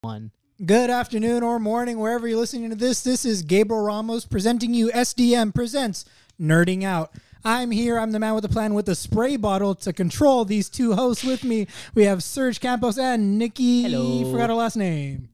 one. Good afternoon or morning, wherever you're listening to this. This is Gabriel Ramos presenting you SDM Presents Nerding Out. I'm here. I'm the man with the plan with the spray bottle to control these two hosts with me. We have Serge Campos and Nikki. Hello. Forgot her last name.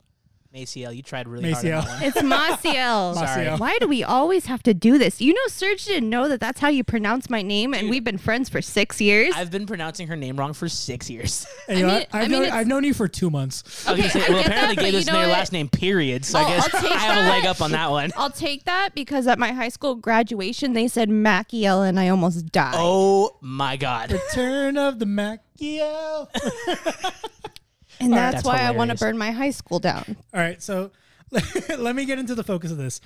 Maciel, you tried really hard. Maciel. On that one. It's Maciel. Sorry. Maciel. Why do we always have to do this? You know, Serge didn't know that that's how you pronounce my name, and we've been friends for six years. I've been pronouncing her name wrong for six years. And you know mean- what? I've, I mean, known, it's- I've known you for two months. I was gonna Okay, say, I well, get that, apparently but Gabe you isn't know your what? last name, period. So I'll- I guess I'll take I have a that. leg up on that one. I'll take that because at my high school graduation, they said Maciel, and I almost died. Oh my God. Turn of the Macchio. and that's, That's why I want to hilarious. burn my high school down. All right, so let me get into the focus of this.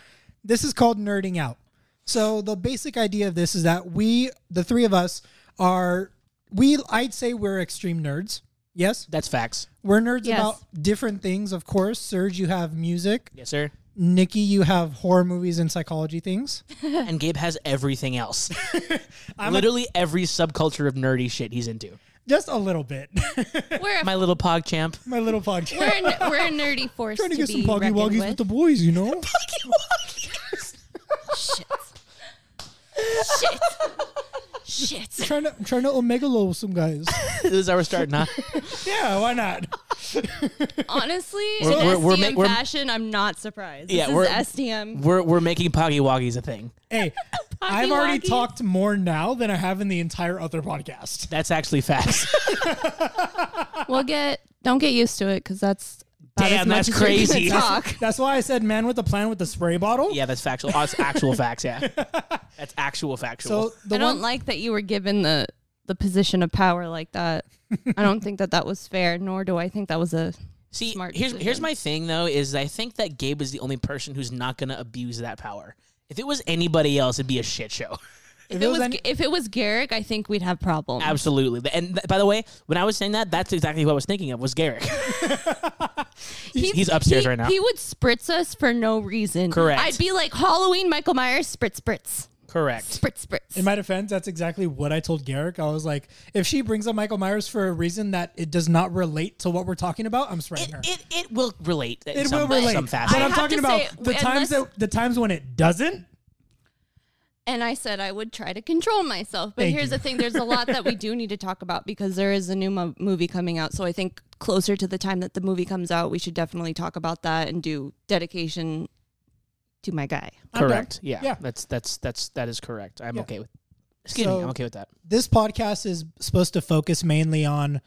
This is called nerding out. So the basic idea of this is that we, the three of us, are we. I'd say we're extreme nerds. Yes, That's facts. we're nerds Yes. about different things. Of course, Serge, you have music. Yes, sir. Nikki, you have horror movies and psychology things. And Gabe has everything else. Literally every subculture of nerdy shit he's into. Just a little bit. We're a, My little pog champ. My little podcast. we're a, we're a nerdy force trying to get some be poggy reckoned woggies with. with. the boys, you know. Shit. Shit. trying to trying to omegalo some guys. this is how we're starting, huh? yeah, why not? Honestly, We're- in we're- we're SDM ma- we're- fashion, I'm not surprised. Yeah, this we're- is SDM. We're, we're making poggy woggies a thing. Hey, I've already woggies. talked more now than I have in the entire other podcast. That's actually facts. We'll get, don't get used to it because that's. about Damn, as much that's as we can crazy. Talk. That's why I said man with the plan with the spray bottle. yeah, that's factual. That's actual facts, yeah. That's actual factual. So the I one don't like that you were given the the position of power like that. I don't think that that was fair, nor do I think that was a See, smart here's here's decision. my thing though is I think that Gabe is the only person who's not gonna abuse that power. If it was anybody else, it'd be a shit show. if, it it was was any- if it was Garrick, I think we'd have problems. Absolutely. And th- by the way, when I was saying that, that's exactly what I was thinking of was Garrick. He- he's upstairs he- right now. He would spritz us for no reason. Correct. I'd be like Halloween Michael Myers spritz spritz. Correct. Spritz spritz. in my defense, that's exactly what I told Garrick. I was like, if she brings up Michael Myers for a reason that it does not relate to what we're talking about, I'm spraying It, her. it it will relate. in It some, will relate. Some But fashion. I I'm have talking to about say, the times unless- that the times when it doesn't. and I said I would try to control myself. But Thank here's you. the thing: there's a lot that we do need to talk about because there is a new mo- movie coming out. So I think closer to the time that the movie comes out, we should definitely talk about that and do dedication to my guy. I'm Correct. Yeah. Yeah. That's that's that's that is correct. I'm okay with. Excuse So- me. I'm okay with that. This podcast is supposed to focus mainly on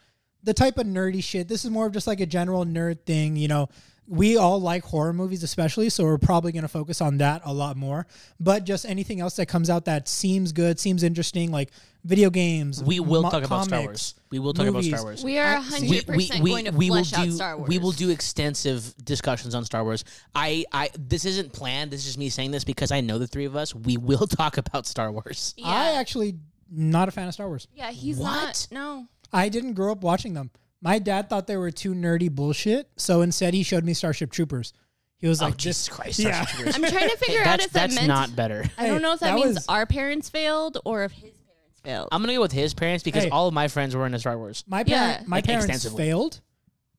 the type of nerdy shit. This is more of just like a general nerd thing, you know. We all like horror movies, especially, so we're probably going to focus on that a lot more. But just anything else that comes out that seems good, seems interesting, like video games. We will mo- talk about Star comics. Wars. We will talk movies. about Star Wars. We are 100 percent going to flesh will do, out Star Wars. We will do extensive discussions on Star Wars. I, I this isn't planned. This is just me saying this because I know the three of us. We will talk about Star Wars. Yeah, I actually not a fan of Star Wars. yeah. He's What? not. No. I didn't grow up watching them. My dad thought they were too nerdy bullshit, so instead he showed me Starship Troopers. He was Oh like, Jesus Christ! yeah. Starship Troopers. I'm trying to figure out that's if that that's meant. not better. I don't know if that, Hey, that means was- our parents failed or if his parents failed. I'm gonna go with his parents because Hey. all of my friends were into Star Wars. "My Yeah. parent, my Like, parents extensively. failed,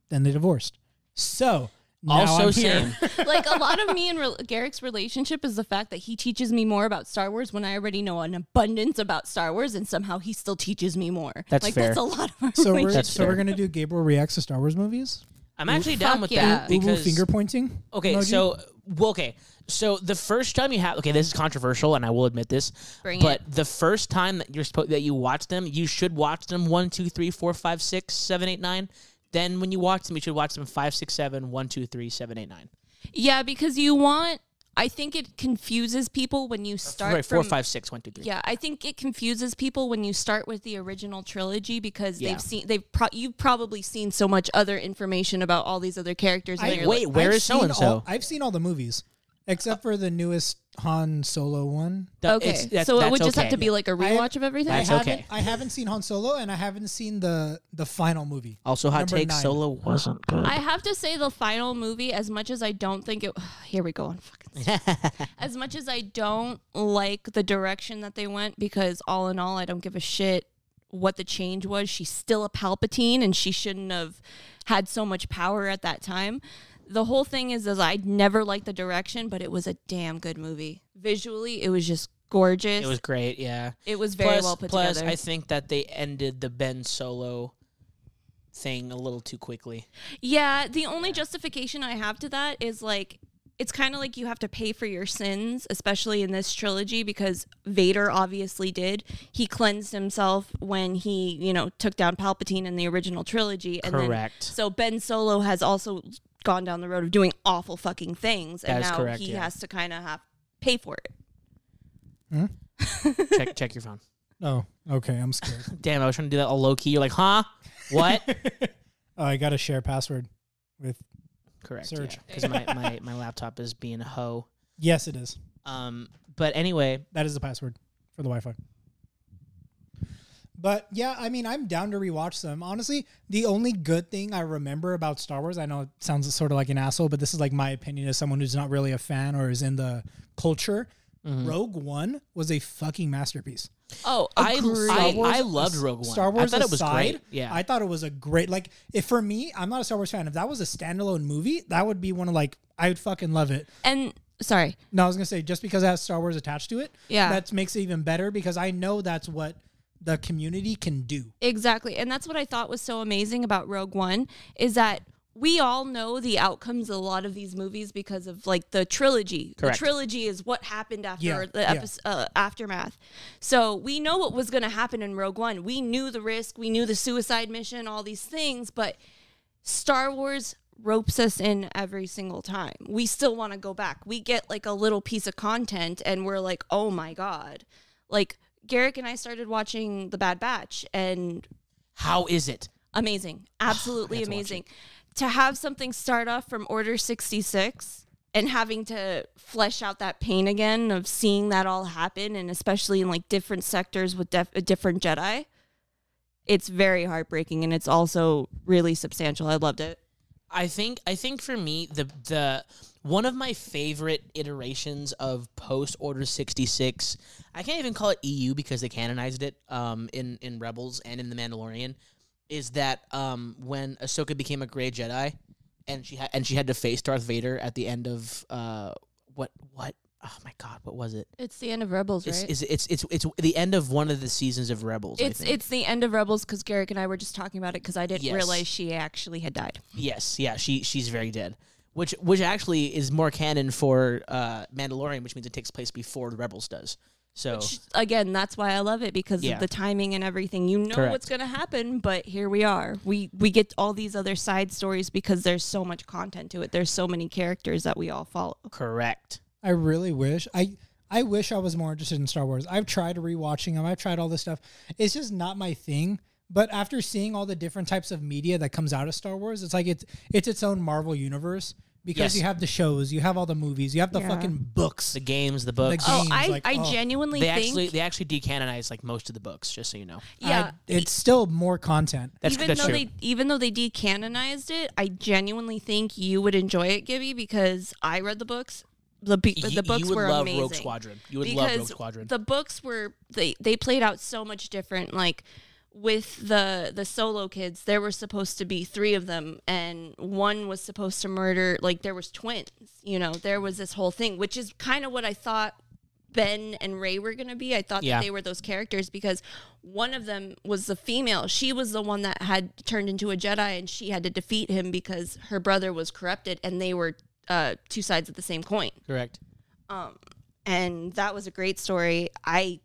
then they divorced." So now also, I'm here. same. like a lot of me and Re- Garrick's relationship is the fact that he teaches me more about Star Wars when I already know an abundance about Star Wars, and somehow he still teaches me more. That's like fair. that's a lot of our So we're relationship. That's so we're fair. gonna do Gabriel reacts to Star Wars movies. I'm actually down fuck with yeah. that Ooh, ooh, because finger pointing. Okay, emoji. so well, okay, so the first time you have okay, this is controversial, and I will admit this, Bring but the first time that you're supposed that you watch them, you should watch them one, two, three, four, five, six, seven, eight, nine. Then when you watch them, you should watch them five, six, seven, one, two, three, seven, eight, nine. yeah, because you want. I think it confuses people when you start Right, from. four, five, six, one, two, three. Yeah, I think it confuses people when you start with the original trilogy because Yeah. they've seen they've pro- you've probably seen so much other information about all these other characters. and I- then you're Wait, like, where I've is so seen and all- so? I've seen all the movies except for the newest Han Solo one. okay, so it would just have to be like a rewatch of everything. I That's haven't, okay. I haven't seen Han Solo, and I haven't seen the the final movie. Also, hot Number take nine. Solo wasn't good. I have to say the final movie, as much as I don't think it here we go on fucking as much as I don't like the direction that they went, because all in all I don't give a shit what the change was. She's still a Palpatine and she shouldn't have had so much power at that time. The whole thing is is I'd never liked the direction, but it was a damn good movie. Visually, it was just gorgeous. It was great, yeah. very plus, well put plus, together. I think that they ended the Ben Solo thing a little too quickly. Yeah, the only justification I have to that is like it's kind of like you have to pay for your sins, especially in this trilogy because Vader obviously did. He cleansed himself when he, you know, took down Palpatine in the original trilogy and then- Correct. so Ben Solo has also gone down the road of doing awful fucking things and That is now correct, he yeah. has to kind of have pay for it. check check your phone. Oh, okay. I'm scared. Damn, I was trying to do that all low key. You're like, huh? What? oh, I got to share password with. Correct. Surge. Because my, my, my laptop is being a hoe. Yes, it is. Um, but anyway, That is the password for the Wi-Fi. But yeah, I mean, I'm down to rewatch them. Honestly, the only good thing I remember about Star Wars, I know it sounds sort of like an asshole, but this is like my opinion as someone who's not really a fan or is in the culture. Mm-hmm. Rogue One was a fucking masterpiece. Oh, I, I, Star Wars- I loved Rogue One. Star Wars I thought it was aside, great. Yeah. I thought it was a great like if for me, I'm not a Star Wars fan. If that was a standalone movie, that would be one of like I would fucking love it. and sorry. No, I was gonna say just because it has Star Wars attached to it, Yeah. that makes it even better because I know that's what the community can do. Exactly. And that's what I thought was so amazing about Rogue One is that we all know the outcomes of a lot of these movies because of like the trilogy. Correct. The trilogy is what happened after Yeah, the yeah. epis uh, aftermath. So we know what was going to happen in Rogue One. We knew the risk, we knew the suicide mission, all these things, but Star Wars ropes us in every single time. We still want to go back. We get like a little piece of content and we're like, "Oh my god." Like Garrick and I started watching The Bad Batch and How is it? amazing absolutely have to watch amazing to, have something start off from order 66 and having to flesh out that pain again of seeing that all happen and especially in like different sectors with def- uh, different jedi it's very heartbreaking and it's also really substantial i loved it I think I think for me the the one of my favorite iterations of post Order sixty six. I can't even call it EU because they canonized it um, in in Rebels and in the Mandalorian. Is that um, when Ahsoka became a Grey Jedi, and she had and she had to face Darth Vader at the end of uh, what what oh my god what was it? it's the end of rebels It's, is it's, it's it's the end of one of the seasons of Rebels. I it's think. it's the end of rebels because garrick and i were just talking about it because i didn't Yes. realize she actually had died Yes, yeah, she she's very dead. Which which actually is more canon for uh Mandalorian, which means it takes place before the Rebels does. So again that's why i love it because Yeah. of the timing and everything you know Correct. what's going to happen but here we are we we get all these other side stories because there's so much content to it there's so many characters that we all follow correct. I really wish I I wish I was more interested in Star Wars. I've tried rewatching them. I've tried all this stuff. It's just not my thing. But after seeing all the different types of media that comes out of Star Wars, it's like it's it's its own Marvel universe because Yes. you have the shows, you have all the movies, you have the Yeah. fucking books. The games, the books. ga- oh Games, i like, i oh. genuinely they think actually they actually decanonized like most of the books, just so you know. yeah I- it's still more content. That's even that's though true. they even though they decanonized it, I genuinely think you would enjoy it, Gibby, because I read the books. The be- You- the books you would were love amazing. Rogue Squadron. You would love because Rogue Squadron. The books were they they played out so much different. Like with the the solo kids, there were supposed to be three of them, and one was supposed to murder. Like there was twins. You know, there was this whole thing, which is kind of what I thought Ben and Ray were going to be. I thought Yeah. that they were those characters because one of them was the female. She was the one that had turned into a Jedi and she had to defeat him because her brother was corrupted and they were uh, two sides of the same coin. correct. And that was a great story. I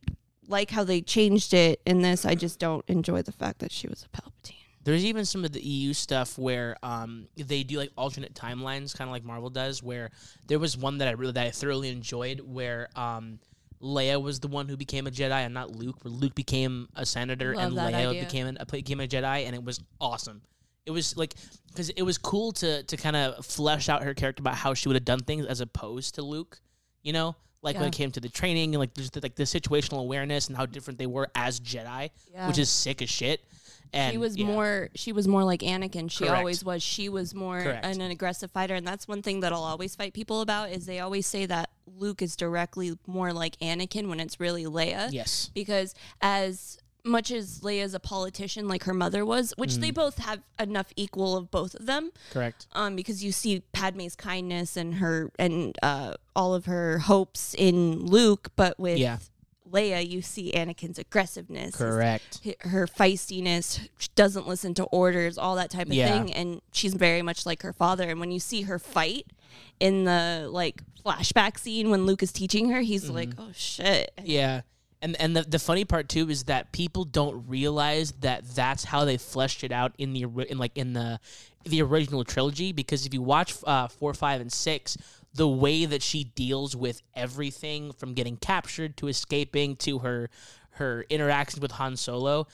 like how they changed it in this. I just don't enjoy the fact that she was a Palpatine. There's even some of the EU stuff where um, they do like alternate timelines, kind of like Marvel does. Where there was one that I really that I thoroughly enjoyed, where um, Leia was the one who became a Jedi and not Luke. Where Luke became a senator Love and that Leia idea. became an, uh, became a Jedi, and it was awesome. It was like because it was cool to to kind of flesh out her character about how she would have done things as opposed to Luke. You know, like when it Yeah. came to the training and like just the, like the situational awareness and how different they were as Jedi, Yeah. which is sick as shit. And She was yeah. more she was more like Anakin. She Correct. always was. She was more Correct. an, an aggressive fighter and that's one thing that I'll always fight people about is they always say that Luke is directly more like Anakin when it's really Leia. yes. Because as much as Leia's a politician like her mother was, which Mm. they both have enough equal of both of them, Correct. um, because you see Padme's kindness and her and uh, all of her hopes in Luke, but with Yeah. Leia, you see Anakin's aggressiveness, his Correct. hi- her feistiness, she doesn't listen to orders, all that type of Yeah. thing. And she's very much like her father. And when you see her fight in the like flashback scene when Luke is teaching her, he's like, Mm-hmm. oh shit. Yeah. And and the, the funny part too is that people don't realize that that's how they fleshed it out in the ori- in like in the the original trilogy because if you watch uh, four, five, and six, the way that she deals with everything from getting captured to escaping to her her interactions with Han Solo,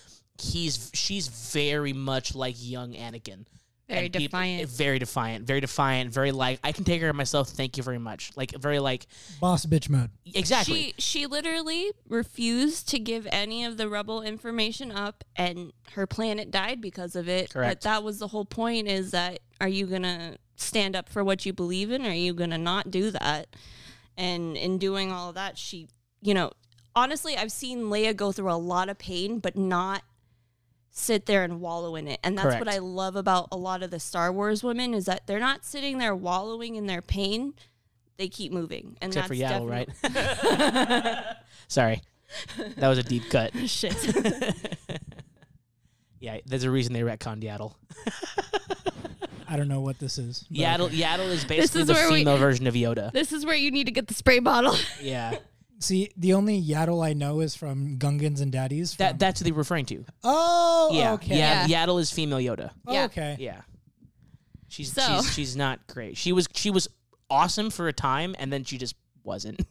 he's she's very much like young Anakin. Very and peop- defiant. very defiant. Very defiant. Very like I can take care of myself. Thank you very much. Like very like Boss bitch mode. exactly. She she literally refused to give any of the rebel information up and her planet died because of it. Correct. But that was the whole point is that are you gonna stand up for what you believe in or are you gonna not do that? And in doing all of that, she you know, honestly I've seen Leia go through a lot of pain but not sit there and wallow in it. And that's what Correct. I love about a lot of the Star Wars women is that they're not sitting there wallowing in their pain. They keep moving. And Except for that's Yaddle, definitely- right? Sorry. That was a deep cut. Shit. Yeah, there's a reason they retconned Yaddle. I don't know what this is. but Yaddle, Yaddle is basically is the where we- female version of Yoda. this is where you need to get the spray bottle. Yeah, See, the only yaddle I know is from Gungans and Daddies. From, that that's what they're referring to. oh, Yeah, okay. Oh, yeah, Yeah. Yaddle is female Yoda. Yeah. Okay. Yeah, she's So- she's she's not great. She was she was awesome for a time, and then she just wasn't.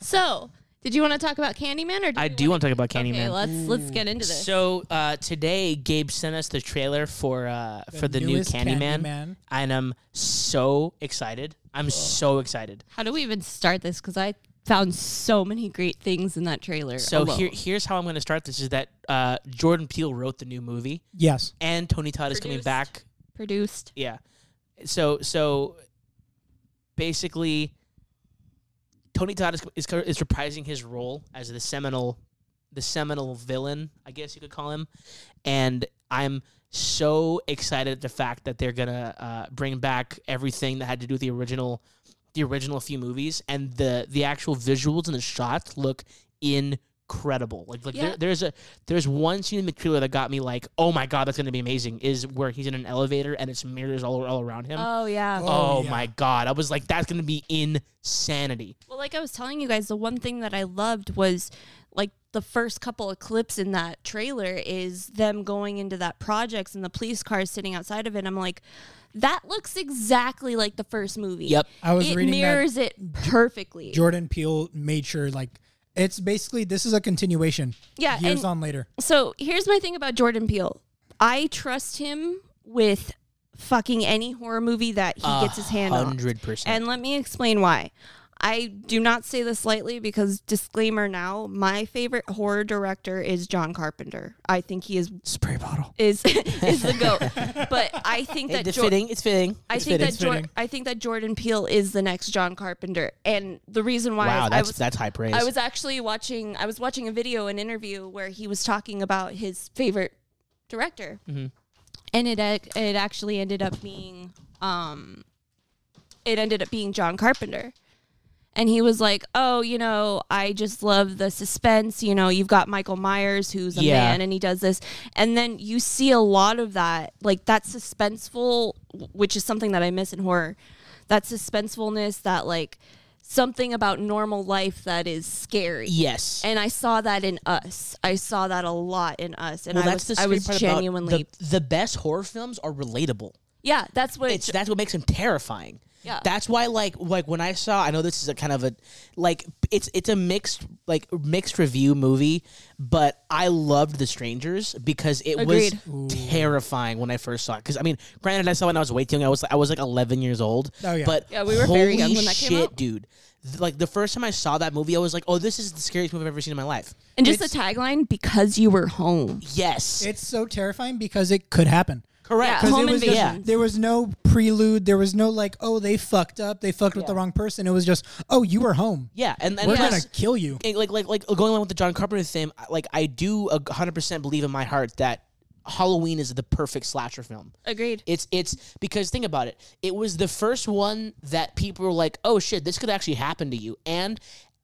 So, did you want to talk about Candyman or I we do wanna- want to talk about Candyman. Okay, let's let's get into this. So uh, today, Gabe sent us the trailer for uh, for the new newest Candyman, Candyman. and I'm so excited. I'm so excited. How do we even start this? Because I found so many great things in that trailer. So alone. here, here's how I'm going to start. This is that uh, Jordan Peele wrote the new movie, Yes. and Tony Todd is coming Produced. back. produced. Yeah. So so basically, Tony Todd is is, co- is reprising his role as the seminal the seminal villain, I guess you could call him, and I'm so excited at the fact that they're gonna uh, bring back everything that had to do with the original the original few movies and the the actual visuals and the shots look incredible like like Yeah. there, there's a there's one scene in the trailer that got me like oh my god that's gonna be amazing is where he's in an elevator and it's mirrors all, all around him oh, Oh yeah. Oh, yeah. my god i was like that's gonna be insanity Well, like I was telling you guys, the one thing that I loved was like the first couple of clips in that trailer is them going into that projects and the police cars sitting outside of it. I'm like, that looks exactly like the first movie. yep I was it reading that mirrors it perfectly. Jordan Peele made sure like it's basically this is a continuation. Yeah, Years and- on later. So here's my thing about Jordan Peele. I trust him with fucking any horror movie that he gets his hand on. 100% uh, And let me explain why. I do not say this lightly because disclaimer now, my favorite horror director is John Carpenter. I think he is spray bottle is is the goat. but I think that it's Jor- fitting it's fitting I It's think fitting. that Jor- I think that Jordan Peele is the next John Carpenter. And the reason why wow is that's I was that's high praise I was actually watching. I was watching a video, an interview where he was talking about his favorite director, and it ac- it actually ended up being um, it ended up being John Carpenter, and he was like, "Oh, you know, I just love the suspense. You know, you've got Michael Myers, who's a Yeah. man, and he does this, and then you see a lot of that, like that suspenseful, which is something that I miss in horror, that suspensefulness, that like." something about normal life that is scary. yes And I saw that in us. I saw that a lot in us. And well, I, that's was, the I scary was part genuinely. about the, the best horror films are relatable yeah, that's what it's that's what makes him terrifying. Yeah. That's why like like when I saw I know this is a kind of a like it's it's a mixed like mixed review movie, but I loved The Strangers because it Agreed. was terrifying when I first saw it. Because I mean, granted, I saw it when I was way too young. I was I was like eleven years old. Oh, yeah. But Yeah, we were very holy young when that shit, came out. dude. Th- Like the first time I saw that movie, I was like, "Oh, this is the scariest movie I've ever seen in my life." and just the tagline because you were home. Yes, It's so terrifying because it could happen. Correct. Yeah, 'Cause home it was just- invasion. there was no prelude. There was no like, oh, they fucked up. They fucked with the wrong person. It was just, oh, you were home. Yeah, and and We're plus- gonna kill you. it- like like like going along with the John Carpenter thing, I- like I do a hundred percent believe in my heart that Halloween is the perfect slasher film. Agreed. It's it's because think about it. It was the first one that people were like, "Oh shit, this could actually happen to you." And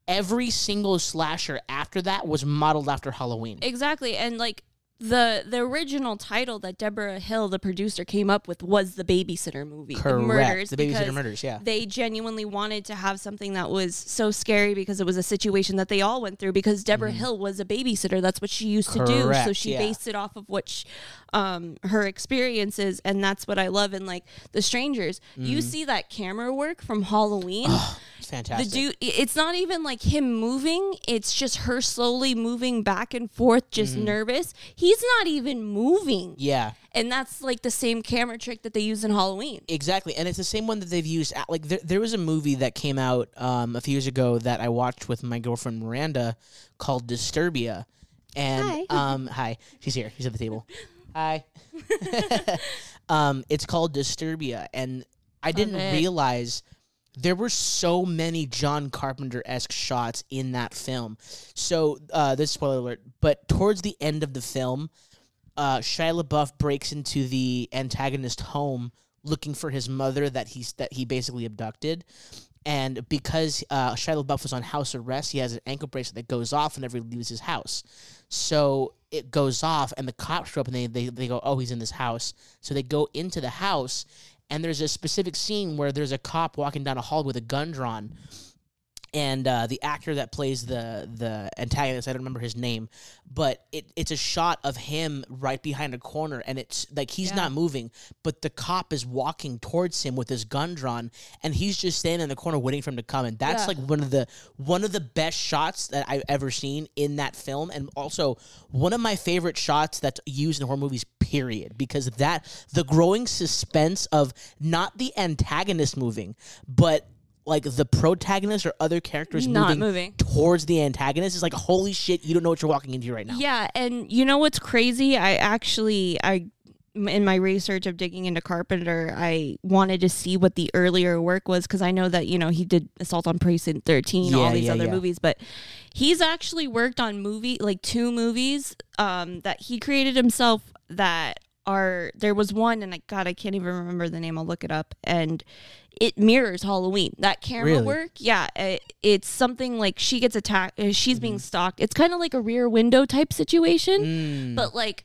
every single slasher after that was modeled after Halloween. Exactly. And like the the original title that Deborah Hill, the producer, came up with was the babysitter movie. The Correct. murders. The because babysitter murders. Yeah. They genuinely wanted to have something that was so scary because it was a situation that they all went through because Deborah Hill was a babysitter. That's what she used to do. So Mm-hmm. Correct, she yeah. based it off of what sh um, her experiences. And that's what I love in like The Strangers. Mm-hmm. You see that camera work from Halloween. It's the fantastic. dude i- it's not even like him moving it's just her slowly moving back and forth just nervous he's not even moving yeah. and that's like the same camera trick that they use in halloween Exactly, and it's the same one that they've used. At, like there, there was a movie that came out um, a few years ago that I watched with my girlfriend Miranda called Disturbia, and hi, um, hi, she's here, she's at the table. hi, um, it's called Disturbia, and I didn't it. realize there were so many John Carpenter esque shots in that film. So uh, this is spoiler alert, but towards the end of the film, uh, Shia LaBeouf breaks into the antagonist home looking for his mother that he's that he basically abducted. And because uh, Shia LaBeouf was on house arrest, he has an ankle bracelet that goes off whenever he leaves his house. So it goes off, and the cops show up, and they, they, they go, "Oh, he's in this house." So they go into the house, and there's a specific scene where there's a cop walking down a hall with a gun drawn, and uh, the actor that plays the the antagonist i don't remember his name but it, it's a shot of him right behind a corner and it's like he's not moving but the cop is walking towards him with his gun drawn and he's just standing in the corner waiting for him to come and that's Yeah. like one of the one of the best shots that i've ever seen in that film and also one of my favorite shots that's used in horror movies period because that the growing suspense of not the antagonist moving but like the protagonist or other characters Not moving, moving. towards the antagonist is like holy shit you don't know what you're walking into right now yeah and you know what's crazy i actually i m- in my research of digging into carpenter i wanted to see what the earlier work was because i know that you know he did assault on precinct 13 all Yeah, these yeah, other yeah. movies but he's actually worked on movie like two movies um, that he created himself that are there was one and i god i can't even remember the name i'll look it up and it mirrors halloween that camera Really? work yeah it, it's something like she gets attacked uh, she's being stalked it's kind of like a rear window type situation Mm. but like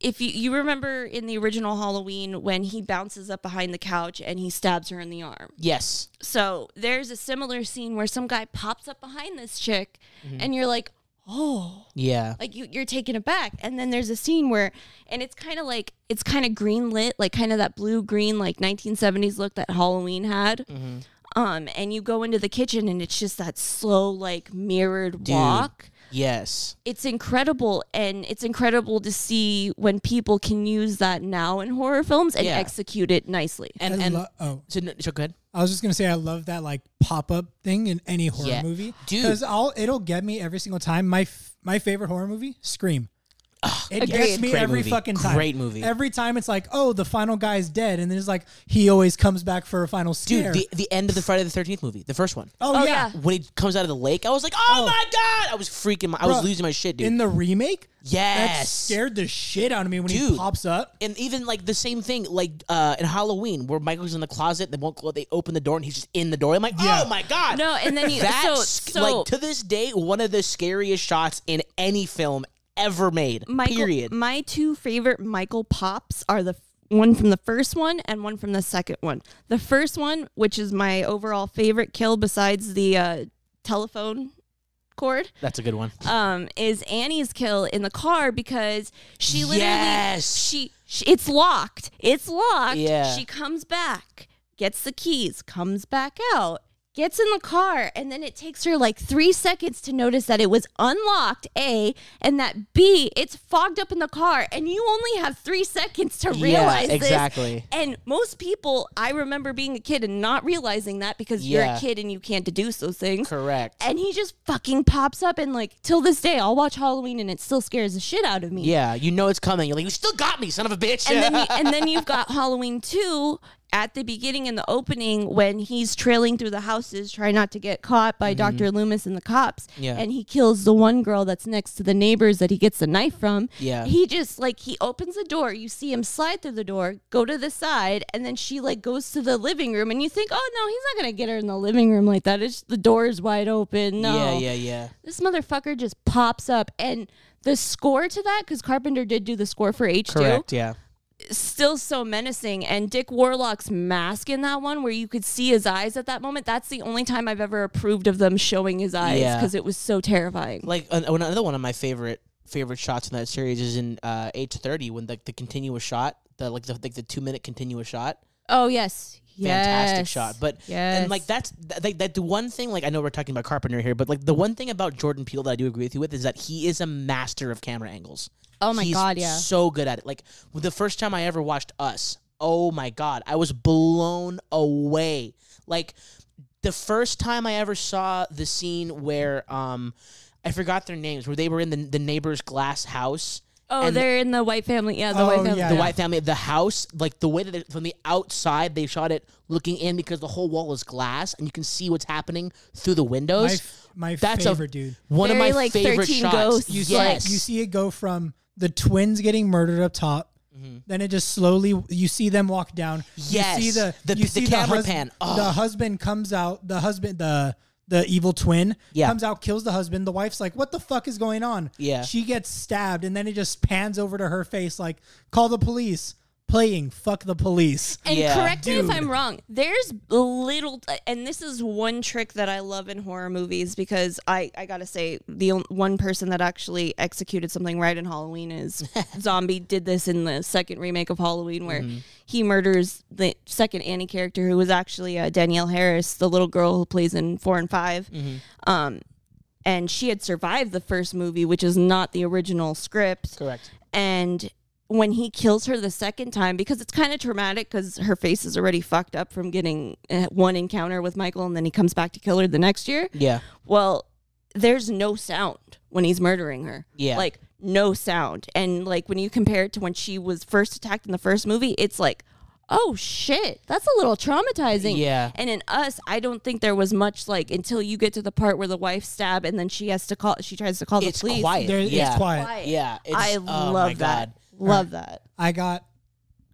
if you you remember in the original Halloween when he bounces up behind the couch and he stabs her in the arm. yes So there's a similar scene where some guy pops up behind this chick and you're like, "Oh." yeah Like you you're taken aback. And then there's a scene where and it's kind of like it's kind of green lit, like kind of that blue green like 1970s look that Halloween had. Mm-hmm. Um and you go into the kitchen and it's just that slow like mirrored walk yes it's incredible and it's incredible to see when people can use that now in horror films and Yeah. execute it nicely and I and lo- oh, so, no, so go ahead I was just gonna say I love that like pop up thing in any horror Yeah. movie, Dude. Because I'll it'll get me every single time. My f- my favorite horror movie, Scream. It gets Agreed. me Great every movie. fucking time. Great movie. Every time it's like, oh, the final guy's dead, and then it's like he always comes back for a final dude scare. the, the end of the friday the 13th movie the first one oh, Oh, yeah. yeah. when he comes out of the lake i was like oh, my god i was freaking my, i was Bruh, losing my shit dude in the remake, that yes scared the shit out of me when he Dude. pops up. and even like the same thing, like uh, in Halloween, where Michael's in the closet, they won't close, they open the door, and he's just in the door. I'm like, Yeah. oh my god, no and then you so, That's so like to this day one of the scariest shots in any film ever made. michael period. my two favorite michael pops are the f- one from the first one and one from the second one the first one which is my overall favorite kill besides the uh, telephone cord That's a good one. um, is Annie's kill in the car because she literally Yes. she, she it's locked. It's locked. Yeah. She comes back, gets the keys, comes back out, gets in the car, and then it takes her like three seconds to notice that it was unlocked, A, and that B, it's fogged up in the car, and you only have three seconds to realize yeah, this. exactly. And most people, I remember being a kid and not realizing that because you're Yeah. a kid and you can't deduce those things. Correct. And he just fucking pops up and like till this day, I'll watch Halloween and it still scares the shit out of me. yeah, you know it's coming. You're like, you still got me, son of a bitch. And then and then you've got Halloween two at the beginning in the opening when he's trailing through the houses, trying not to get caught by Doctor Loomis and the cops. Mm-hmm. Yeah. And he kills the one girl that's next to the neighbors that he gets the knife from. Yeah. He just like he opens the door, you see him slide through the door, go to the side, and then she like goes to the living room, and you think, oh no, he's not gonna get her in the living room like that. It's the door is wide open. No Yeah, yeah, yeah. this motherfucker just pops up and the score to that because carpenter did do the score for h2 Correct. Yeah. is still so menacing and dick warlock's mask in that one where you could see his eyes at that moment that's the only time i've ever approved of them showing his eyes Yeah. because it was so terrifying Like an, another one of my favorite favorite shots in that series is in uh, H thirty when like the, continuous shot, the like the like the two minute continuous shot. oh yes fantastic Yes. shot. But Yes. and like that's th- like that the one thing like I know we're talking about Carpenter here, but like the one thing about Jordan Peele that I do agree with you with is that he is a master of camera angles. Oh my He's God, yeah. so good at it. Like the first time I ever watched Us, oh my god, I was blown away. Like the first time I ever saw the scene where um I forgot their names where they were in the the neighbor's glass house oh And- they're in the white family yeah the Oh, white family yeah, the yeah. white family, the house, like the way that it, from the outside they shot it looking in because the whole wall is glass and you can see what's happening through the My, windows. f- my That's a- favorite dude. One Very, of my like, favorite 13 shots. ghosts, You yes. see, you see it go from the twins getting murdered up top, then it just slowly you see them walk down. Mm-hmm. Yes. you see the The- you the see camera hus- pan. Oh. The husband comes out. The husband the the evil twin Yeah. comes out, kills the husband. The wife's like, "What the fuck is going on?" Yeah. she gets stabbed, and then it just pans over to her face, like, "Call the police." Playing "Fuck the Police." And Yeah. correct me if Dude. I'm wrong. There's little, and this is one trick that I love in horror movies because I, I gotta say, the on- one person that actually executed something right in Halloween is Zombie did this in the second remake of Halloween where he murders the second Annie character who was actually uh, Danielle Harris, the little girl who plays in Four and 5 Um, and she had survived the first movie, which is not the original script Correct. and when he kills her the second time because it's kind of traumatic because her face is already fucked up from getting uh, one encounter with michael and then he comes back to kill her the next year Yeah. well there's no sound when he's murdering her Yeah. like no sound and like when you compare it to when she was first attacked in the first movie it's like oh shit that's a little traumatizing Yeah. and in us i don't think there was much like until you get to the part where the wife stab and then she has to call she tries to call It's the police quiet. There, yeah. It's quiet. Yeah. It's, I oh my love that. God. Love that. I got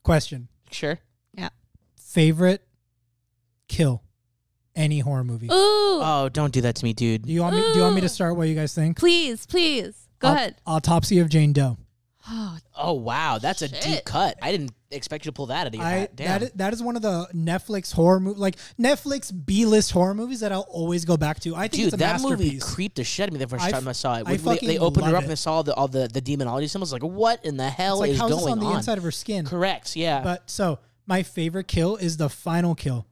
question Sure. favorite kill any horror movie. Ooh, Oh, don't do that to me, dude. Do you want me? Do you want me to Ooh. start? What you guys think? please, please go uh, Au- ahead. Autopsy of Jane Doe. Oh, Oh wow, that's a deep Shit. cut. I didn't expect you to pull that out of your I hat. Damn. that is, that is one of the Netflix horror movie like Netflix B list horror movies that I'll always go back to. I think Dude, it's a that movie masterpiece. creeped the shit out of me the first I f- time I saw it. I When they, fucking they opened her love up it. and I saw the, all the, the demonology symbols. Like, what in the hell it's like is how's going this on the on? inside of her skin? Correct. Yeah. But so my favorite kill is the final kill.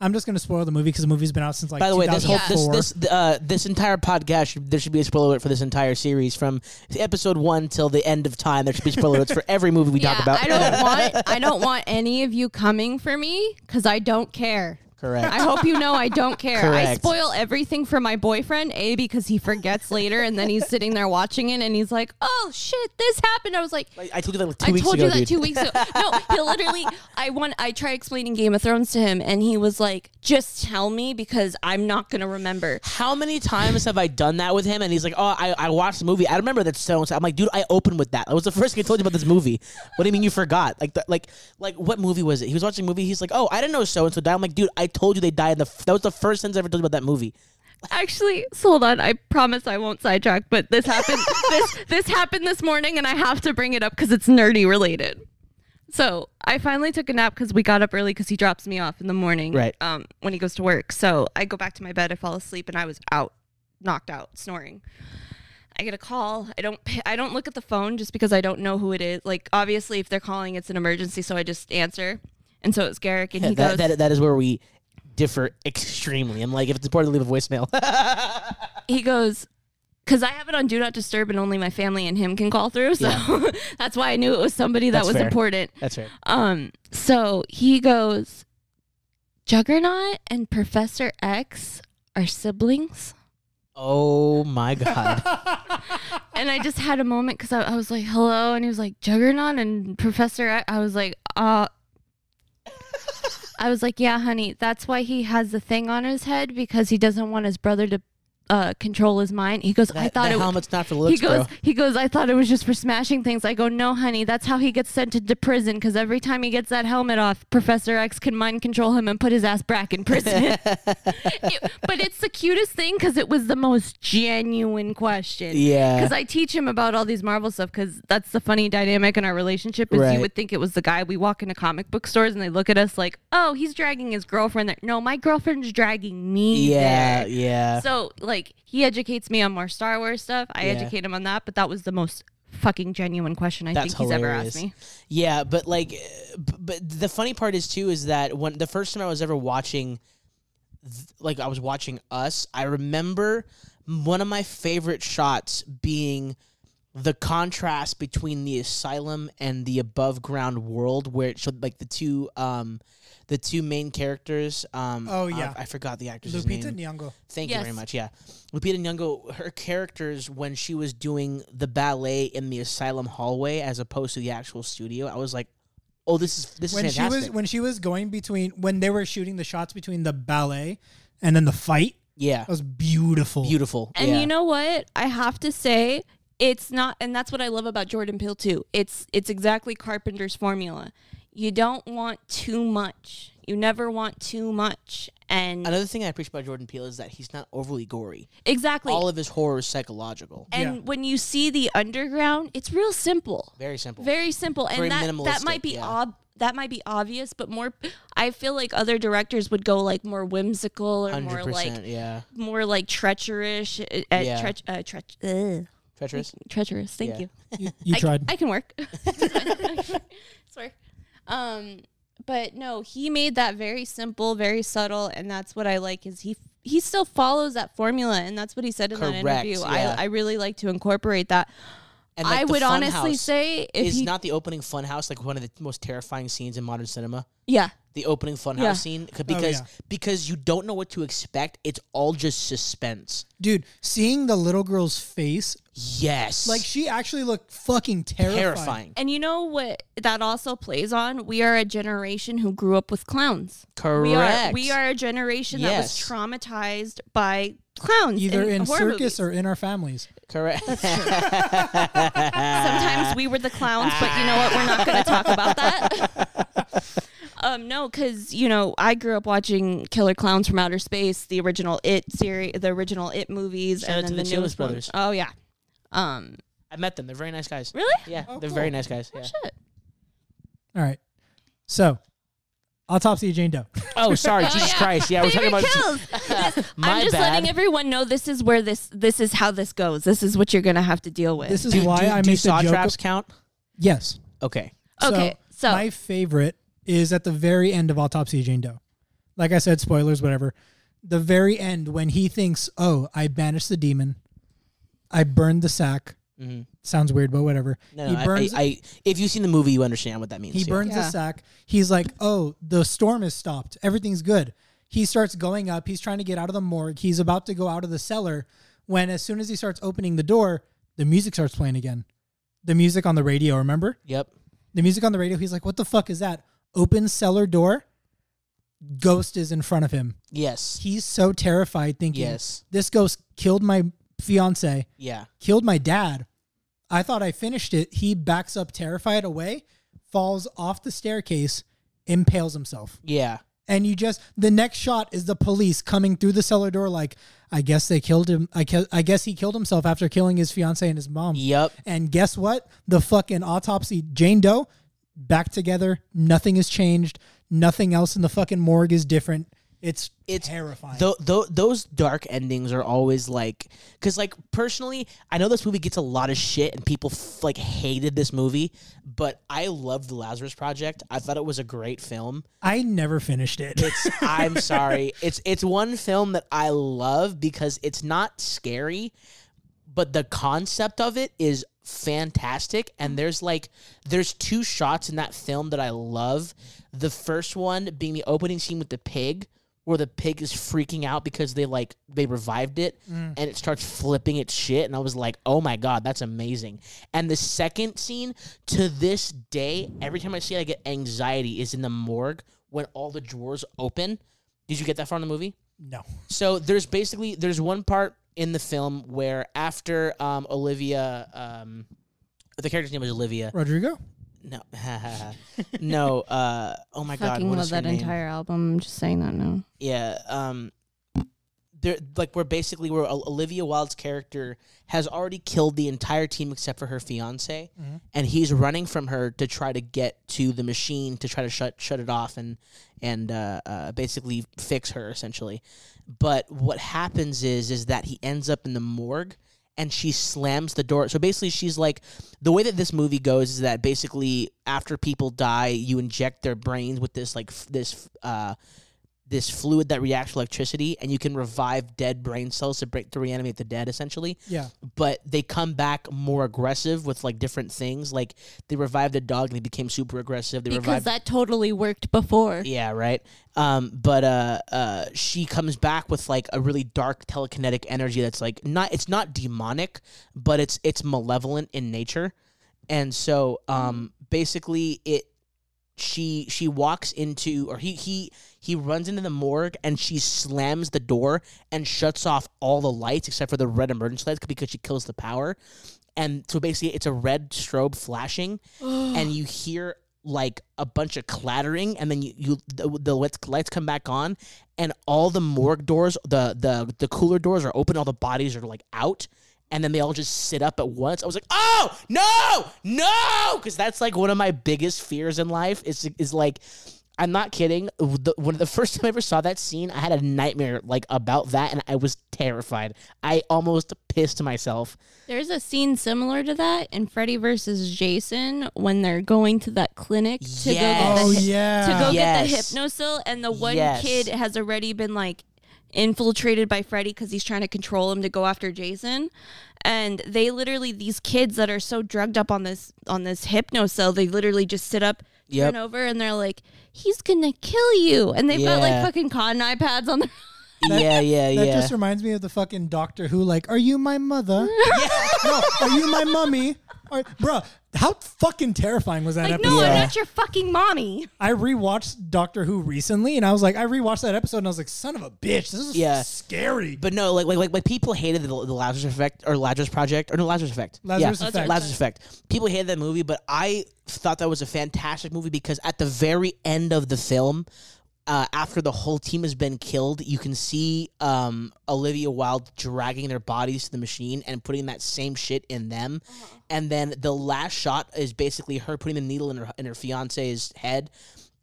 I'm just gonna spoil the movie because the movie's been out since like By the way, this whole 2004. this this th- uh, this entire podcast should, there should be a spoiler alert for this entire series from episode one till the end of time. There should be spoiler alerts for every movie we talk about. I don't want I don't want any of you coming for me because I don't care. Correct. I hope you know I don't care. I Correct. spoil everything for my boyfriend, A, because he forgets later and then he's sitting there watching it and he's like, Oh shit, this happened. I was like, I, I told you that like two I weeks told ago, you that dude. two weeks ago. No, he literally. I want. I tried explaining Game of Thrones to him, and he was like, "Just tell me because I'm not gonna remember." How many times have I done that with him? And he's like, "Oh, I, I watched the movie. I remember that so and so." I'm like, "Dude, I opened with that. That was the first thing I told you about this movie. What do you mean you forgot? Like, the, like, like, what movie was it? He was watching a movie. He's like, "Oh, I didn't know so and so died." I'm like, "Dude, I told you they died. in The f- that was the first sentence I ever told you about that movie." Actually, so hold on. I promise I won't sidetrack, but this happened this this happened this morning and I have to bring it up cuz it's nerdy related. So, I finally took a nap cuz we got up early cuz he drops me off in the morning Right. um when he goes to work. So, I go back to my bed, I fall asleep and I was out, knocked out, snoring. I get a call. I don't p- I don't look at the phone just because I don't know who it is. Like obviously if they're calling it's an emergency, so I just answer. And so it's Garrick and he that, goes that that is where we differ extremely. I'm like, if it's important, leave a voicemail. He goes, because I have it on Do Not Disturb and only my family and him can call through. So that's why I knew it was somebody that That's was fair. important. That's right. Um, so he goes, Juggernaut and Professor X are siblings. Oh my god. And I just had a moment because I, I was like, hello. And he was like, Juggernaut and Professor X. I was like, uh, I was like, yeah, honey, that's why he has the thing on his head because he doesn't want his brother to uh, control his mind. He goes, I That- thought that it was. helmet's not for He looks, goes, bro. he goes, I thought it was just for smashing things. I go, no, honey, that's how he gets sent into prison because every time he gets that helmet off, Professor X can mind control him and put his ass back in prison. It- but it's the cutest thing because it was the most genuine question. Yeah. Because I teach him about all these Marvel stuff because that's the funny dynamic in our relationship is Right. you would think it was the guy. We walk into comic book stores and they look at us like, oh, he's dragging his girlfriend there. No, my girlfriend's dragging me Yeah, there. yeah. So like he educates me on more Star Wars stuff. I Yeah. educate him on that, but that was the most fucking genuine question I That's think he's ever hilarious. asked me. Yeah, but like, uh, b- but the funny part is too is that when the first time I was ever watching, th- like I was watching Us, I remember m- one of my favorite shots being the contrast between the asylum and the above ground world, where it showed like the two, um, the two main characters. Um, Oh, I- yeah. I, forgot the actor's name. Lupita Nyong'o. Thank you Yes. very much. Yeah, Lupita Nyong'o, her characters when she was doing the ballet in the asylum hallway as opposed to the actual studio, I was like, "Oh, this is this When is she fantastic." was when she was going between when they were shooting the shots between the ballet and then the fight, yeah, that was beautiful. beautiful. And yeah. you know what? I have to say it's not and that's what I love about Jordan Peele too. It's it's exactly Carpenter's formula. You don't want too much. You never want too much. And another thing I appreciate about Jordan Peele is that he's not overly gory. exactly All of his horror is psychological. and Yeah. when you see the underground, it's real simple. Very simple. Very simple, and Very that that might minimalistic, be yeah. ob- that might be obvious, but more. I feel like other directors would go like more whimsical or Hundred more like percent. Yeah, more like treacherous. Uh, uh, Yeah. trech- uh, trech- ugh. treacherous. treacherous. Thank Yeah. you. You, you I, tried. I can work. Sorry. Um, but no, he made that very simple, very subtle, and that's what I like. Is he he still follows that formula, and that's what he said in Correct, that interview. yeah. I I really like to incorporate that. And like I the would fun honestly house say if is he, not the opening fun house like one of the most terrifying scenes in modern cinema. yeah, the opening funhouse Yeah. scene c- because Oh, yeah. because you don't know what to expect. It's all just suspense. Dude, seeing the little girl's face, Yes, like she actually looked fucking terrifying. terrifying. And you know what that also plays on? We are a generation who grew up with clowns. Correct. We are we are a generation Yes. that was traumatized by clowns. Either in, horror circus movies. or in our families. correct. sometimes we were the clowns, but you know what? We're not gonna talk about that. um, no, because you know, I grew up watching Killer Clowns from Outer Space, the original It series the original It movies, Shout out and to the then the, Jonas newest ones. Brothers. Oh yeah. Um I met them. They're very nice guys. really? Yeah, Oh, they're cool. very nice guys. Yeah. Shit. All right. So, autopsy of Jane Doe. Oh, sorry, Oh, Jesus yeah. Christ. Yeah, we're talking Favorite about kills. my I'm just bad. letting everyone know this is where this this is how this goes. This is what you're gonna have to deal with. This is do, why do- I do make the saw joke. traps count? yes. Okay. Okay, so- my favorite is at the very end of autopsy of Jane Doe. Like I said, spoilers, whatever. The very end when he thinks, "Oh, I banished the demon, I burned the sack." Mhm. Sounds weird, but whatever. No, he no, I- burns. I, I, if you've seen the movie, you understand what that means. He yeah. burns Yeah. the sack. He's like, oh, the storm has stopped. Everything's good. He starts going up. He's trying to get out of the morgue. He's about to go out of the cellar when, as soon as he starts opening the door, the music starts playing again. The music on the radio, remember? Yep. The music on the radio. He's like, what the fuck is that? Open cellar door. Ghost is in front of him. Yes. He's so terrified, thinking, Yes. this ghost killed my fiance Yeah. killed my dad. I thought I finished it. He backs up terrified away, falls off the staircase, impales himself. Yeah. And you just the next shot is the police coming through the cellar door like I guess they killed him. I, ki- I guess he killed himself after killing his fiance and his mom. Yep. And guess what? The fucking autopsy Jane Doe back together. Nothing has changed. Nothing else in the fucking morgue is different. It's It's- terrifying. Though, though those dark endings are always like because like personally i know this movie gets a lot of shit and people f- like hated this movie but i loved the lazarus project i thought it was a great film I never finished it. it's i'm sorry it's it's one film that i love because it's not scary but the concept of it is fantastic and there's like there's two shots in that film that i love the first one being the opening scene with the pig where the pig is freaking out because they like they revived it Mm. and it starts flipping its shit and i was like oh my god that's amazing and the second scene to this day every time i see it i get anxiety is in the morgue when all the drawers open did you get that far in the movie no. so there's basically there's one part in the film where after um, Olivia, um, the character's name is Olivia. Rodrigo? No, no. Uh, oh my god, Fucking what love is her that name? entire album. I'm just saying that now. Yeah. Um, they're like we're basically where O- Olivia Wilde's character has already killed the entire team except for her fiance, and he's running from her to try to get to the machine to try to shut shut it off and and uh, uh, basically fix her essentially. But what happens is is that he ends up in the morgue. And she slams the door. So basically, she's like, the way that this movie goes is that basically, after people die, you inject their brains with this like f- this uh, this fluid that reacts to electricity, and you can revive dead brain cells to break to reanimate the dead, essentially. Yeah. But they come back more aggressive with like different things. Like they revived a dog, and they became super aggressive. They Because revived that totally worked before. yeah, right. Um, but uh, uh, she comes back with like a really dark telekinetic energy that's like not it's not demonic, but it's it's malevolent in nature, and so um, basically it she she walks into or he he he runs into the morgue and she slams the door and shuts off all the lights except for the red emergency lights because she kills the power and so basically it's a red strobe flashing and you hear like a bunch of clattering and then you, you the, the lights, lights come back on and all the morgue doors the the the cooler doors are open all the bodies are like out and then they all just sit up at once. I was like, "Oh no, no!" Because that's like one of my biggest fears in life. Is is like, I'm not kidding. The, when the first time I ever saw that scene, I had a nightmare like about that, and I was terrified. I almost pissed myself. There's a scene similar to that in Freddy versus Jason when they're going to that clinic to Yes. go get the Oh, Oh, hy- yeah. to go Yes. get the hypnosil, and the one Yes. kid has already been like infiltrated by Freddy because he's trying to control him to go after Jason. And they literally these kids that are so drugged up on this on this hypnosil, they literally just sit up, Yep. turn over, and they're like, "He's gonna kill you!" And they've Yeah. got like fucking cotton eye pads on their yeah, yeah, That yeah. just reminds me of the fucking Doctor Who, like, are you my mother? no, are you my mummy? Are, bruh, how fucking terrifying was that like, episode? "No, I'm Yeah. not your fucking mommy." I rewatched Doctor Who recently and I was like, I rewatched that episode and I was like, son of a bitch, this is Yeah. scary. but no, like, like like like people hated the, the Lazarus Effect or Lazarus Project or no Lazarus Effect. Lazarus yeah. Effect. Lazarus Effect. People hated that movie, but I thought that was a fantastic movie because at the very end of the film, uh, after the whole team has been killed, you can see um, Olivia Wilde dragging their bodies to the machine and putting that same shit in them. And then the last shot is basically her putting the needle in her in her fiance's head.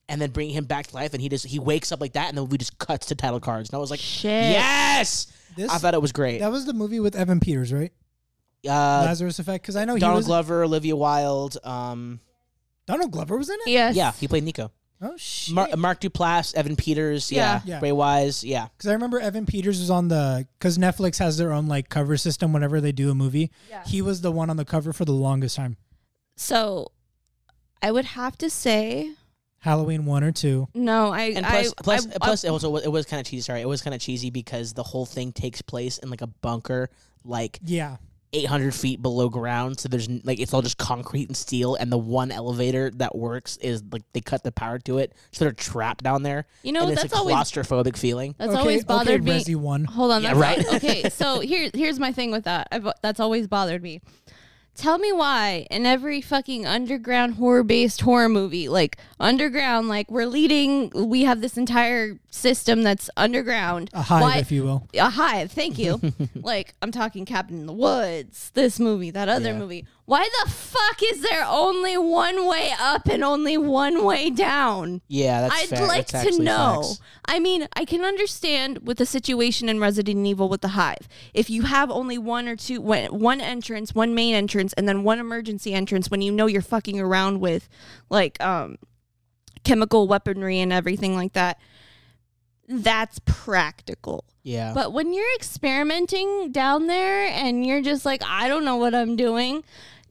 And then bringing him back to life, and he just he wakes up like that, and the movie just cuts to title cards, and I was like, Shit. "Yes!" This- I thought it was great. that was the movie with Evan Peters, right? Uh, Lazarus Effect. Because I know he Donald was. Glover, Olivia Wilde. Um, Donald Glover was in it? Yes. yeah, he played Nico. Oh, shit. Mar- Mark Duplass, Evan Peters. Yeah, Yeah. Yeah. Ray Wise. Yeah, Because I remember Evan Peters was on the because Netflix has their own like cover system whenever they do a movie. He was the one on the cover for the longest time. So I would have to say Halloween one or two. no. I and plus, I, plus, I- plus, it was it was kind of cheesy. Sorry, it was kind of cheesy because the whole thing takes place in like a bunker, like Yeah, 800 feet below ground. So there's n- like it's all just concrete and steel, and the one elevator that works is like they cut the power to it, so they're trapped down there. You know, and it's that's a always- claustrophobic feeling. that's Okay, always okay, bothered me. Resi one. Hold on, Yeah, that's right. al- okay, so here here's my thing with that. I've, that's always bothered me. Tell me why in every fucking underground horror based horror movie, like underground, like we're leading, we have this entire system that's underground. A hive, Why- if you will. a hive. Thank you. like I'm talking Cabin in the Woods, this movie, that other Yeah. movie. Why the fuck is there only one way up and only one way down? Yeah, that's I'd fact- like that's to actually know. facts. I mean, I can understand with the situation in Resident Evil with the hive. If you have only one or two, one one entrance, one main entrance, and then one emergency entrance, when you know you're fucking around with like um, chemical weaponry and everything like that, that's practical. Yeah. But when you're experimenting down there and you're just like, I don't know what I'm doing,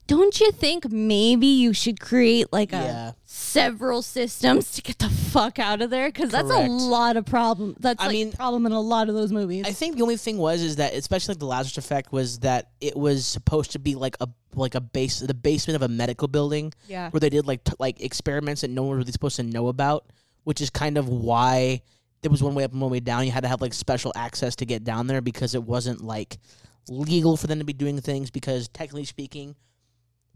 don't you think maybe you should create like a Yeah. several systems to get the fuck out of there? Because that's a Correct. lot of problem. That's I like mean- problem in a lot of those movies. I think the only thing was is that especially like the Lazarus effect was that it was supposed to be like a like a base the basement of a medical building yeah. where they did like t- like experiments that no one was really supposed to know about, which is kind of why there was one way up and one way down. You had to have like special access to get down there because it wasn't like legal for them to be doing things because technically speaking,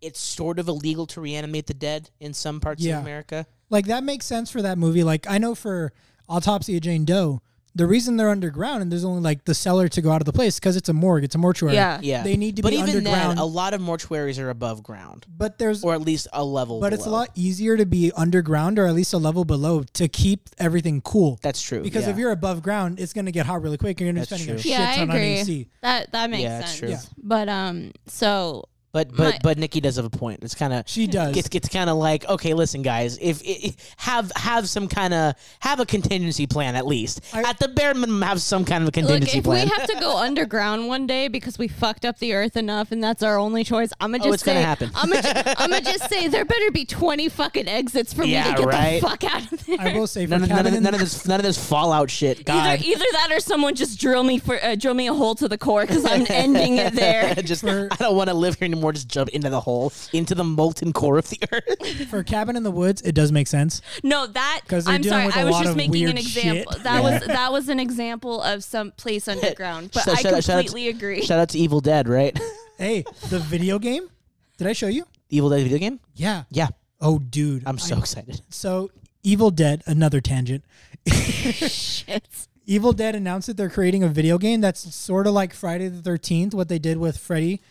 it's sort of illegal to reanimate the dead in some parts Yeah. of America. Like that makes sense for that movie. Like I know for Autopsy of Jane Doe, the reason they're underground and there's only like the cellar to go out of the place because it's a morgue, it's a mortuary. Yeah. Yeah, They need to but be even underground. then, a lot of mortuaries are above ground. but there's Or at least a level. but it's a below. lot easier to be underground or at least a level below to keep everything cool. That's true. Because yeah. if you're above ground, it's gonna get hot really quick. and You're gonna be That's spending true. a shit ton on AC. That that makes Yeah, it's sense. true. Yeah. But um, so But but My- but Nikki does have a point. It's kind of She does. it's it's kind of like okay, listen, guys, if i i- have have some kind of have a contingency plan at least I- at the bare minimum have some kind of a look, contingency if plan. we have to go underground one day because we fucked up the earth enough and that's our only choice, I'm gonna just Oh, it's say, gonna happen. I'm gonna, ju- I'm gonna just say there better be 20 fucking exits for me Yeah, to get right? the fuck out of there. I will say for none, of, none, Cabin of, in none of this none of this Fallout shit. God, Either, e- either that or someone just drill me for uh, drill me a hole to the core because I'm ending it there. just for- I don't want to live here anymore. Just jump into the hole, into the molten core of the earth. for Cabin in the Woods, it does make sense. No, that 'Cause they're I'm dealing sorry. with a I was lot just of making an weird example. shit. That was that was an example of some place underground, but Shout- I shout out- shout out to- completely agree. Shout out to Evil Dead, right? Hey, the video game? Did I show you? Evil Dead video game. Yeah. Yeah, Oh, dude. I'm so I- excited. so Evil Dead. Another tangent. Shit. Evil Dead announced that they're creating a video game that's sort of like Friday the Thirteenth, what they did with Freddy,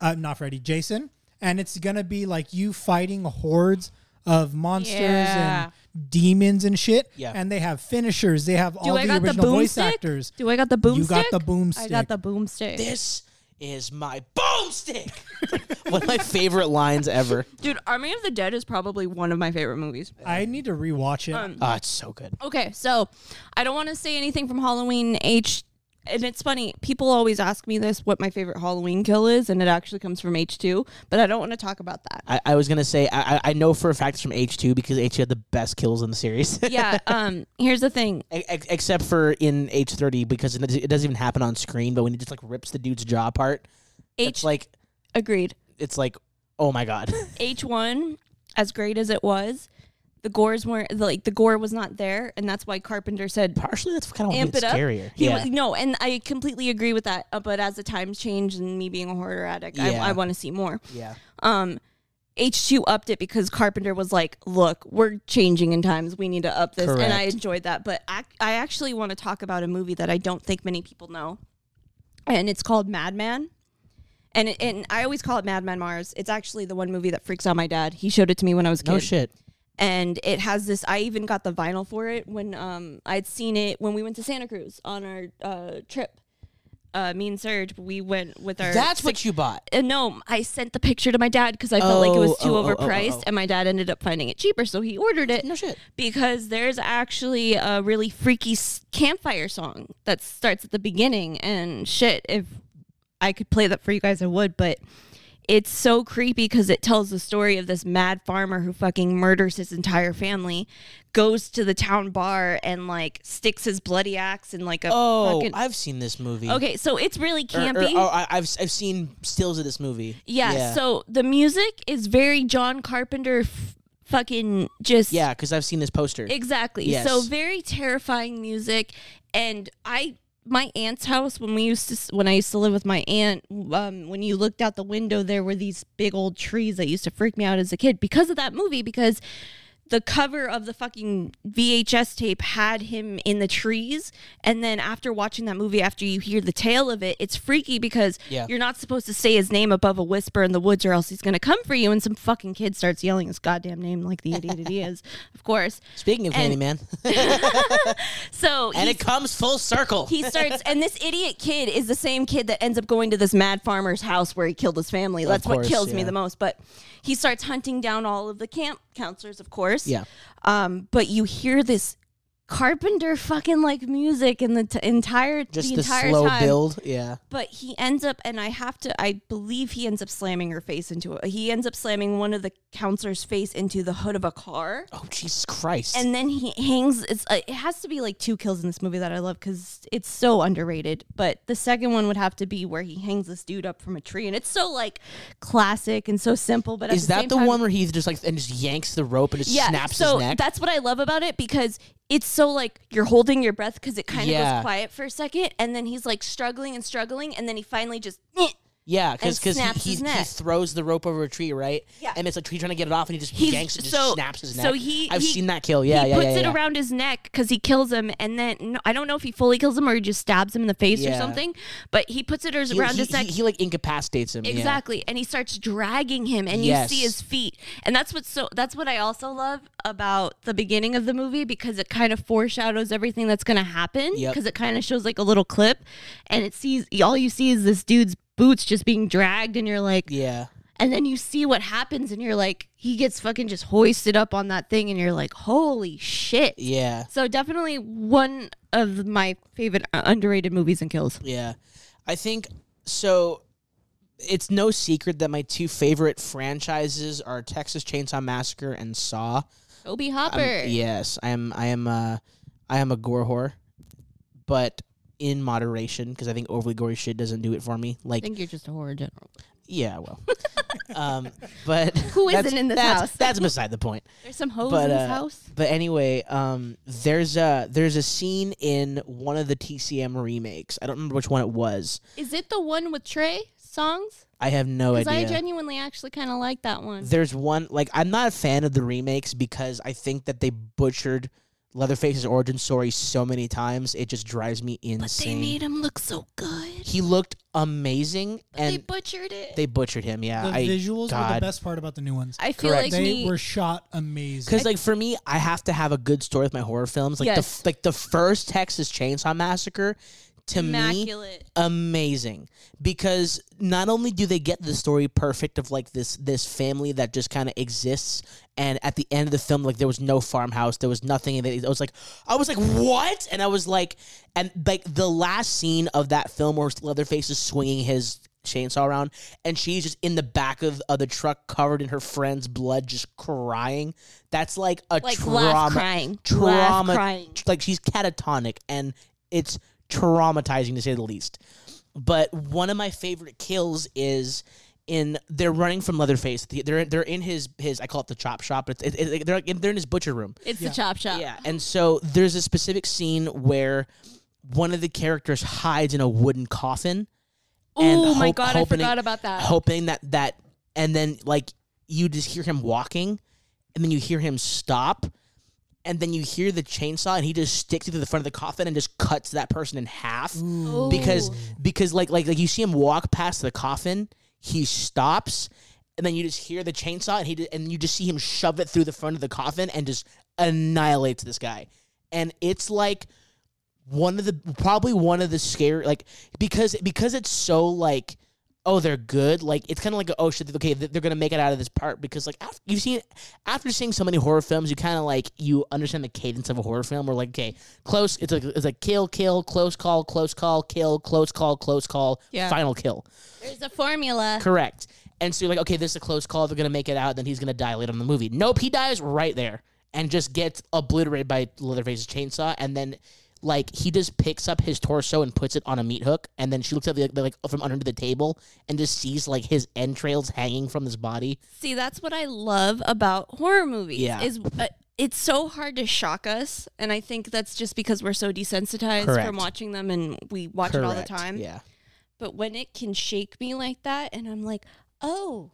uh, not Freddy, Jason, and it's gonna be like you fighting hordes of monsters Yeah. and demons and shit. Yeah. And they have finishers. They have all Do the I got the original voice boomstick? actors. Do I got the boomstick? You got the I boomstick. got the boomstick. This is my boomstick. One of my favorite lines ever. Dude, Army of the Dead is probably one of my favorite movies. I need to rewatch it. Um, Ah, it's so good. Okay, so I don't want to say anything from Halloween H. And it's funny, people always ask me this what my favorite Halloween kill is, and it actually comes from H2, but I don't want to talk about that. I, I was gonna say I, I- I know for a fact it's from H two because H two had the best kills in the series, E- yeah, um, here's the thing. ex- except for in H thirty because it, does- it doesn't even happen on screen. But when he just like rips the dude's jaw apart, H it's like agreed. it's like oh my god, H1, as great as it was, the gores weren't like the gore was not there, and that's why Carpenter said partially that's kind of amp it up. scarier. He yeah, was, no, and I completely agree with that. uh, But as the times change and me being a horror addict, Yeah. I, I want to see more. yeah, um H2 upped it because Carpenter was like, "Look, we're changing in times. We need to up this." And I Correct. enjoyed that, but I, I actually want to talk about a movie that I don't think many people know. And it's called Madman. And it, and I always call it Madman Mars. It's actually the one movie that freaks out my dad. He showed it to me when I was a kid no shit. and it has this i even got the vinyl for it when um i'd seen it when we went to santa cruz on our uh trip uh me and serge we went with our That's what you bought. uh, no i sent the picture to my dad because i felt like it was Oh, too oh, oh, oh, overpriced oh. and my dad ended up finding it cheaper so he ordered it No shit. because there's actually a really freaky s- campfire song that starts at the beginning and shit if i could play that for you guys i would but it's so creepy because it tells the story of this mad farmer who fucking murders his entire family goes to the town bar and like sticks his bloody axe in like a Oh, fucking I've seen this movie. okay so it's really Or- or- campy oh, I, I've I've seen stills of this movie. yeah, so the music is very john carpenter f- fucking just yeah, because I've seen this poster. Exactly. Yes. So very terrifying music, and I my aunt's house when we used to s- when I used to live with my aunt. Um, when you looked out the window, there were these big old trees that used to freak me out as a kid because of that movie because. the cover of the fucking VHS tape had him in the trees. And then after watching that movie, after you hear the tale of it, it's freaky because Yeah. you're not supposed to say his name above a whisper in the woods or else he's going to come for you. And some fucking kid starts yelling his goddamn name like the idiot it is, of course. Speaking of And- Candyman, So and he's- it comes full circle. he starts, and this idiot kid is the same kid that ends up going to this mad farmer's house where he killed his family. That's course, what kills me yeah. the most. But he starts hunting down all of the camp counselors, of course. yeah, Um, but you hear this carpenter fucking like music in the t- entire just the the, entire slow time. build. Yeah, But he ends up, and I have to, I believe he ends up slamming her face into it. He ends up slamming one of the counselors' face into the hood of a car. Oh Jesus Christ! And then he hangs. It's uh, it has to be like two kills in this movie that I love because it's so underrated. But the second one would have to be where he hangs this dude up from a tree, and it's so like classic and so simple. But at is that same the time- one where he's just like and just yanks the rope and just Yeah. snaps so his neck? that's what I love about it because it's so like you're holding your breath because it kind of Yeah. goes quiet for a second, and then he's like struggling and struggling, and then he finally just. yeah, because and because snaps he, his he, neck. throws the rope over a tree, right? Yeah. and it's a tree trying to get it off, and he just He's- yanks it, just so- snaps his neck. so he- I've he- seen that kill. Yeah, he yeah, puts yeah, it yeah. around his neck because he kills him, and then no, I don't know if he fully kills him or he just stabs him in the face Yeah. or something. But he puts it He, around he, his neck. he, he, like incapacitates him. yeah. Exactly. And he starts dragging him and Yes. you see his feet. And that's what's so that's what I also love about the beginning of the movie because it kind of foreshadows everything that's going to happen Yep. because it kind of shows like a little clip and it sees all you see is this dude's boots just being dragged and you're like Yeah. and then you see what happens and you're like he gets fucking just hoisted up on that thing and you're like holy shit. Yeah. So definitely one of my favorite uh, underrated movies and kills. Yeah. I think so it's no secret that my two favorite franchises are Texas Chainsaw Massacre and Saw. Toby I'm- Hopper. yes, I am I am uh I am a gore whore, but in moderation because I think overly gory shit doesn't do it for me. I Like think you're just a horror general. yeah, well. um but Who that's- isn't in this that's, house? That's beside the point. There's some hoes But, in this uh, house. But anyway, um, there's a there's a scene in one of the TCM remakes. I don't remember which one it was. Is it the one with Trey songs? I have no Because idea. I genuinely actually kind of like that one. there's one like I'm not a fan of the remakes because I think that they butchered Leatherface's origin story so many times it just drives me but insane. they made him look so good. he looked amazing they and butchered it. they butchered him. Yeah, The I visuals were the God. best part about the new ones. I feel correct. like they me. were shot amazing. because like for me, I have to have a good story with my horror films. Like the Yes. f- like the first Texas Chainsaw Massacre to me immaculate. amazing because not only do they get the story perfect of like this this family that just kind of exists and at the end of the film like there was no farmhouse there was nothing and it I was like I was like what and I was like and like the last scene of that film where Leatherface is swinging his chainsaw around and she's just in the back of, of the truck covered in her friend's blood just crying that's like a Like trauma laugh crying. trauma Laugh crying. like she's catatonic and it's traumatizing to say the least but one of my favorite kills is in they're running from Leatherface. The- They're they're in his his I call it the chop shop. It's it, it, they're like, they're in his butcher room. It's Yeah. the chop shop. Yeah, and so there's a specific scene where one of the characters hides in a wooden coffin, And Oh my hope- god, I hoping it- forgot about that. hoping that that and then like you just hear him walking, and then you hear him stop, and then you hear the chainsaw, and he just sticks it to the front of the coffin and just cuts that person in half Ooh. because because like like like you see him walk past the coffin, he stops, and then you just hear the chainsaw, and he d- and you just see him shove it through the front of the coffin and just annihilates this guy, and it's like one of the probably one of the scary like because because it's so like oh they're good like it's kind of like oh shit okay th- they're gonna make it out of this part because like after you've seen after seeing so many horror films you kind of like you understand the cadence of a horror film where like okay close it's like it's like kill kill close call close call kill close call close call Yeah. final kill There's a formula. correct and so you're like okay this is a close call they're gonna make it out then he's gonna die later in the movie nope he dies right there and just gets obliterated by Leatherface's chainsaw and then like he just picks up his torso and puts it on a meat hook and then she looks at the, the like from under the table and just sees like his entrails hanging from his body See, that's what I love about horror movies. Yeah. Is uh, it's so hard to shock us, and I think that's just because we're so desensitized Correct. from watching them, and we watch it all the Correct. time. yeah But when it can shake me like that, and I'm like, oh,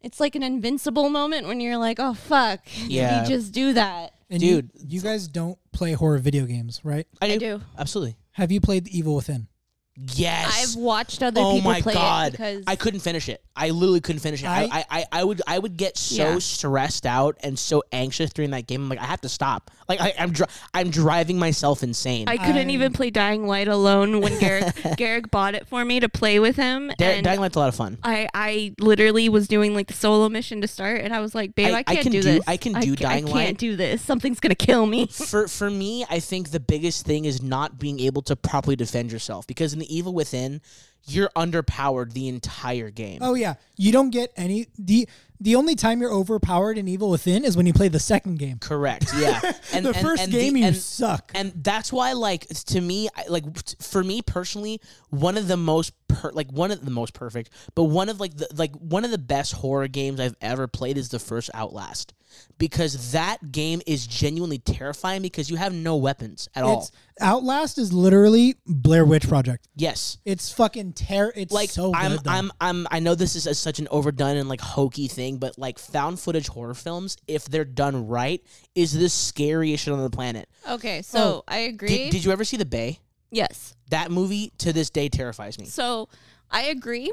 It's like an invincible moment when you're like, oh fuck, yeah. Yeah. did he just do that? And you- Dude. you, guys don't play horror video games, right? I do. Absolutely. Have you played The Evil Within? Yes. I've watched other oh people my play it god. because I couldn't finish it. I literally couldn't finish it. I I- I, I, I would I would get so Yeah. stressed out and so anxious during that game. I'm like I have to stop. Like I, I'm dri- I'm driving myself insane. I couldn't I- even play Dying Light alone when Garrick Garrick bought it for me to play with him. Dying and Dying Light's a lot of fun. I, I literally was doing like the solo mission to start, and I was like, babe, I- I, I can't can do, do- this. I can do ca- Dying I Light. can't do this. Something's gonna kill me. for for me, I think the biggest thing is not being able to properly defend yourself because in the Evil Within, you're underpowered the entire game. Oh yeah, you don't get any the the only time you're overpowered in Evil Within is when you play the second game. Correct. Yeah. And the and- first and the- game you and- suck. and that's why like it's- to me I- like t- for me personally one of the most per- like one of the most perfect but one of like the like one of the best horror games i've ever played is the first outlast because that game is genuinely terrifying because you have no weapons at all It's Outlast is literally Blair Witch Project. yes It's fucking terror. It's like so good. I'm, though. I'm, I'm, I know this is a, such an overdone and like hokey thing, but like found footage horror films, if they're done right, is the scariest shit on the planet. Okay, so I agree. Did, did you ever see The Bay? Oh. yes, That movie to this day terrifies me. so I agree,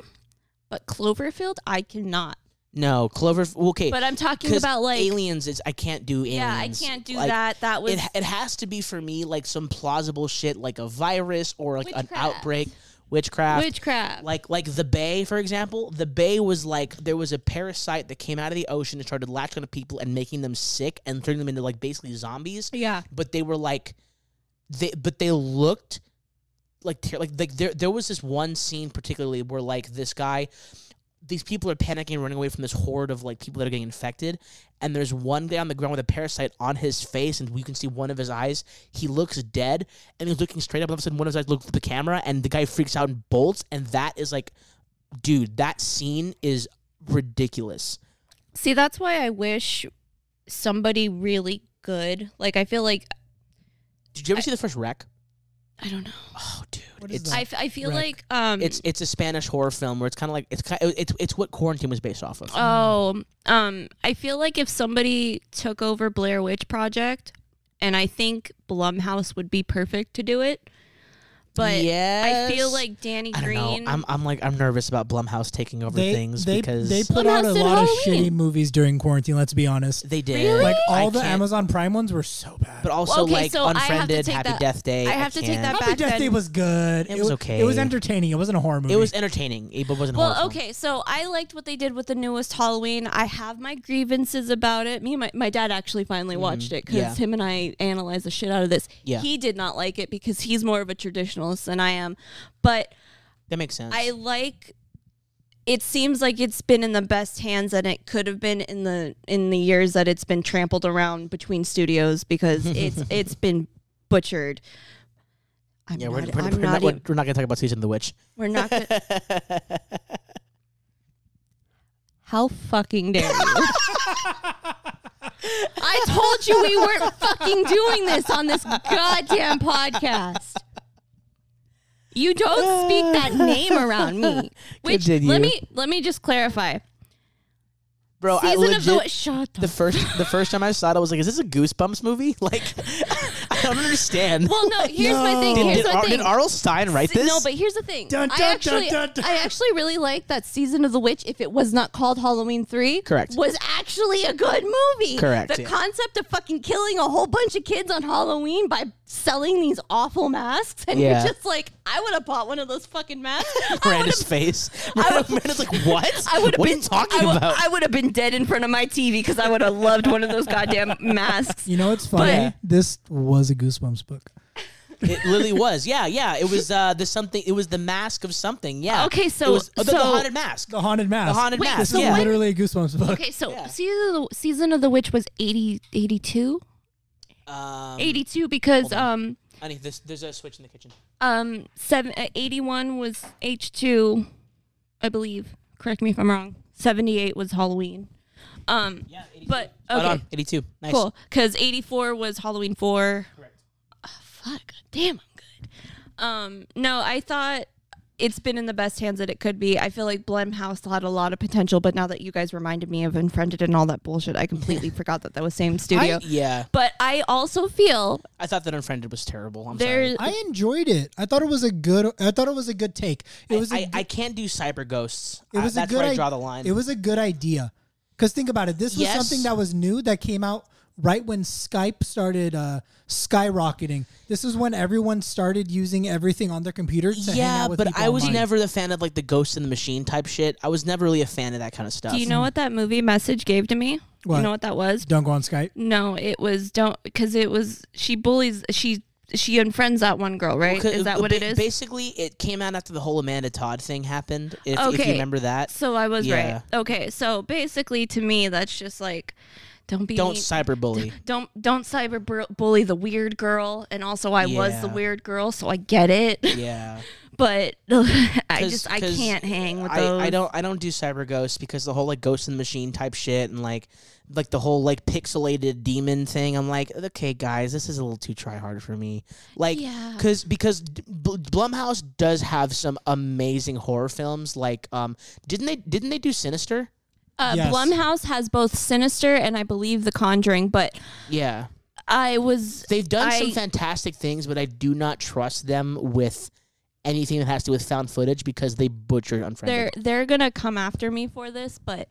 but Cloverfield, I cannot. No, Clover. Okay, But I'm talking 'cause about like, aliens. Is I can't do aliens. yeah, I can't do Like, that. That was It it has to be for me like some plausible shit like a virus or like an Witchcraft. outbreak, witchcraft. witchcraft. like like the bay for example the bay was like there was a parasite that came out of the ocean and started latching onto people and making them sick and turning them into like basically zombies yeah, but they were like they but they looked like ter- like like there there was this one scene particularly where like this guy these people are panicking running away from this horde of like people that are getting infected and there's one guy on the ground with a parasite on his face and you can see one of his eyes he looks dead and he's looking straight up and all of a sudden one of his eyes looks at the camera and the guy freaks out and bolts and that is like dude that scene is ridiculous See, that's why I wish somebody really good. Like, I feel like did you ever see the first wreck I don't know. oh dude What is it's that? I, f- I feel Wreck. like um. it's it's a Spanish horror film where it's kind of like it's kind it's it's what Quarantine was based off of. oh um. I feel like if somebody took over Blair Witch Project, and I think Blumhouse would be perfect to do it. But I Yes. feel like Danny I don't Green. know. I'm I'm like I'm nervous about Blumhouse taking over they, things they, because they put out a Blumhouse did lot Halloween. of shitty movies during quarantine. Let's be honest. they did Really? Like all I the can't- Amazon Prime ones were so bad. but also Well, okay, like so I have to Unfriended, take Happy that- Death Day. I have to take that can't. back. Happy Death then- Day was good. It was wa- okay. It was entertaining. It wasn't a horror movie. It was entertaining, it but wasn't. a horror Well, film. okay, so I liked what they did with the newest Halloween. I have my grievances about it. Me and my, my dad actually finally watched it because Mm-hmm. yeah. him and I analyzed the shit out of this. Yeah. He did not like it because he's more of a traditionalist than I am. But that makes sense. I like it seems like it's been in the best hands that it could have been in the in the years that it's been trampled around between studios because it's it's been butchered. I'm yeah, we're, not, we're, I'm we're not e- not, even- we're not gonna talk about season of the witch. we're not gonna How fucking dare you? I told you we weren't fucking doing this on this goddamn podcast. You don't speak that name around me. Which Continue. let me let me just clarify. Bro, I Season legit, of the Witch. Shut the. the first the first time I saw it, I was like, "Is this a Goosebumps movie?" Like, I don't understand. well, no. Here's my thing. did, Here's did, my Ar- thing. did Arl Stein write See- this? No, but here's the thing. Dun, dun, I actually, dun, dun, dun. I actually really like that season of the witch. If it was not called Halloween three, Correct. was actually a good movie. Correct, The yeah. concept of fucking killing a whole bunch of kids on Halloween by selling these awful masks, and Yeah. you're just like, I would have bought one of those fucking masks. I would Miranda's have. face. Miranda, Miranda's like, "What? I would have what been are you talking I would- about?" I would have been dead in front of my TV because I would have loved one of those goddamn masks. You know what's funny? But- this was a Goosebumps book. It literally was. Yeah, yeah. It was uh, the something. It was the mask of something. Yeah. Okay, so- it was, oh, the, the so- haunted mask. The Haunted Mask. The haunted Wait, mask. This is yeah. what- literally a Goosebumps book. Okay, so Yeah. season of the, season of the witch was 80, 82? Um, 82 because um I think this, there's a switch in the kitchen. um seven, uh, 81 was H2 I believe correct me if I'm wrong 78 was Halloween um Yeah. 82. but Right okay on, 82. Nice. cool cuz 84 was Halloween Ah, 4 correct fuck damn I'm good um no I thought it's been in the best hands that it could be. I feel like Blumhouse had a lot of potential, but now that you guys reminded me of Unfriended and all that bullshit, I completely forgot that that was same studio. yeah, but I also feel I thought that Unfriended was terrible. I'm there. sorry. I enjoyed it. I thought it was a good. I thought it was a good take. It was. a I, good- I can't do cyber ghosts. it was a I, that's good. where I i- draw the line. It was a good idea. Because think about it. This was Yes. something that was new that came out right when Skype started uh, skyrocketing. This is when everyone started using everything on their computer. To hang yeah, out with but people I was online. never the fan of like the ghost in the machine type shit. I was never really a fan of that kind of stuff. Do you know what that movie message gave to me? What? You know what that was? Don't go on Skype. No, it was don't because it was she bullies she she unfriends that one girl, right? 'Cause is that what uh, ba- it is? Basically, it came out after the whole Amanda Todd thing happened. If, if Okay. you remember that, So I was Yeah. right. Okay, so basically to me that's just like don't be don't cyberbully. don't don't cyber bur- bully the weird girl and also I was the Yeah. weird girl, so I get it. yeah, But I 'Cause- just I 'cause can't hang with I, those. I don't I don't do cyber ghosts because the whole like ghost in the machine type shit and like like the whole like pixelated demon thing. I'm like, okay, guys, this is a little too try hard for me. Like, Yeah. because because D- Bl- Blumhouse does have some amazing horror films. Like, um, didn't they didn't they do Sinister? Uh, Yes. Blumhouse has both Sinister and I believe The Conjuring, but Yeah. I was They've done some I- fantastic things, but I do not trust them with anything that has to do with found footage because they butchered they're Unfriended. they're gonna come after me for this, but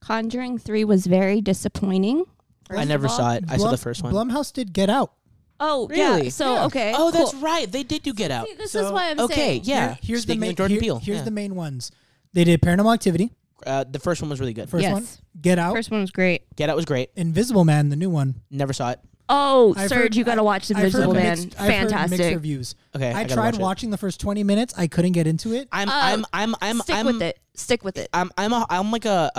Conjuring Three was very disappointing. I never saw it. I saw the Blum- first one. Blumhouse did Get Out. Oh yeah, Really? so Yeah. okay. oh, that's cool. right. They did do Get Out. See, this is So- why I'm okay, saying. yeah. Here's Speaking the main. of Jordan here- Peele, Here's yeah. the main ones. They did Paranormal Activity. Uh, the first one was really good. First Yes. one. Get Out. First one was great. Get Out was great. Invisible Man, the new one. Never saw it. Oh, I've Serge, heard- you got to watch The I've heard Invisible Man. mixed- I've heard mixed Fantastic. reviews. Okay, I, I gotta tried watch it. watching the first 20 minutes. I couldn't get into it. I'm Uh, I'm I'm I'm Stick I'm, with it. Stick with it. I'm I'm a, I'm like a uh,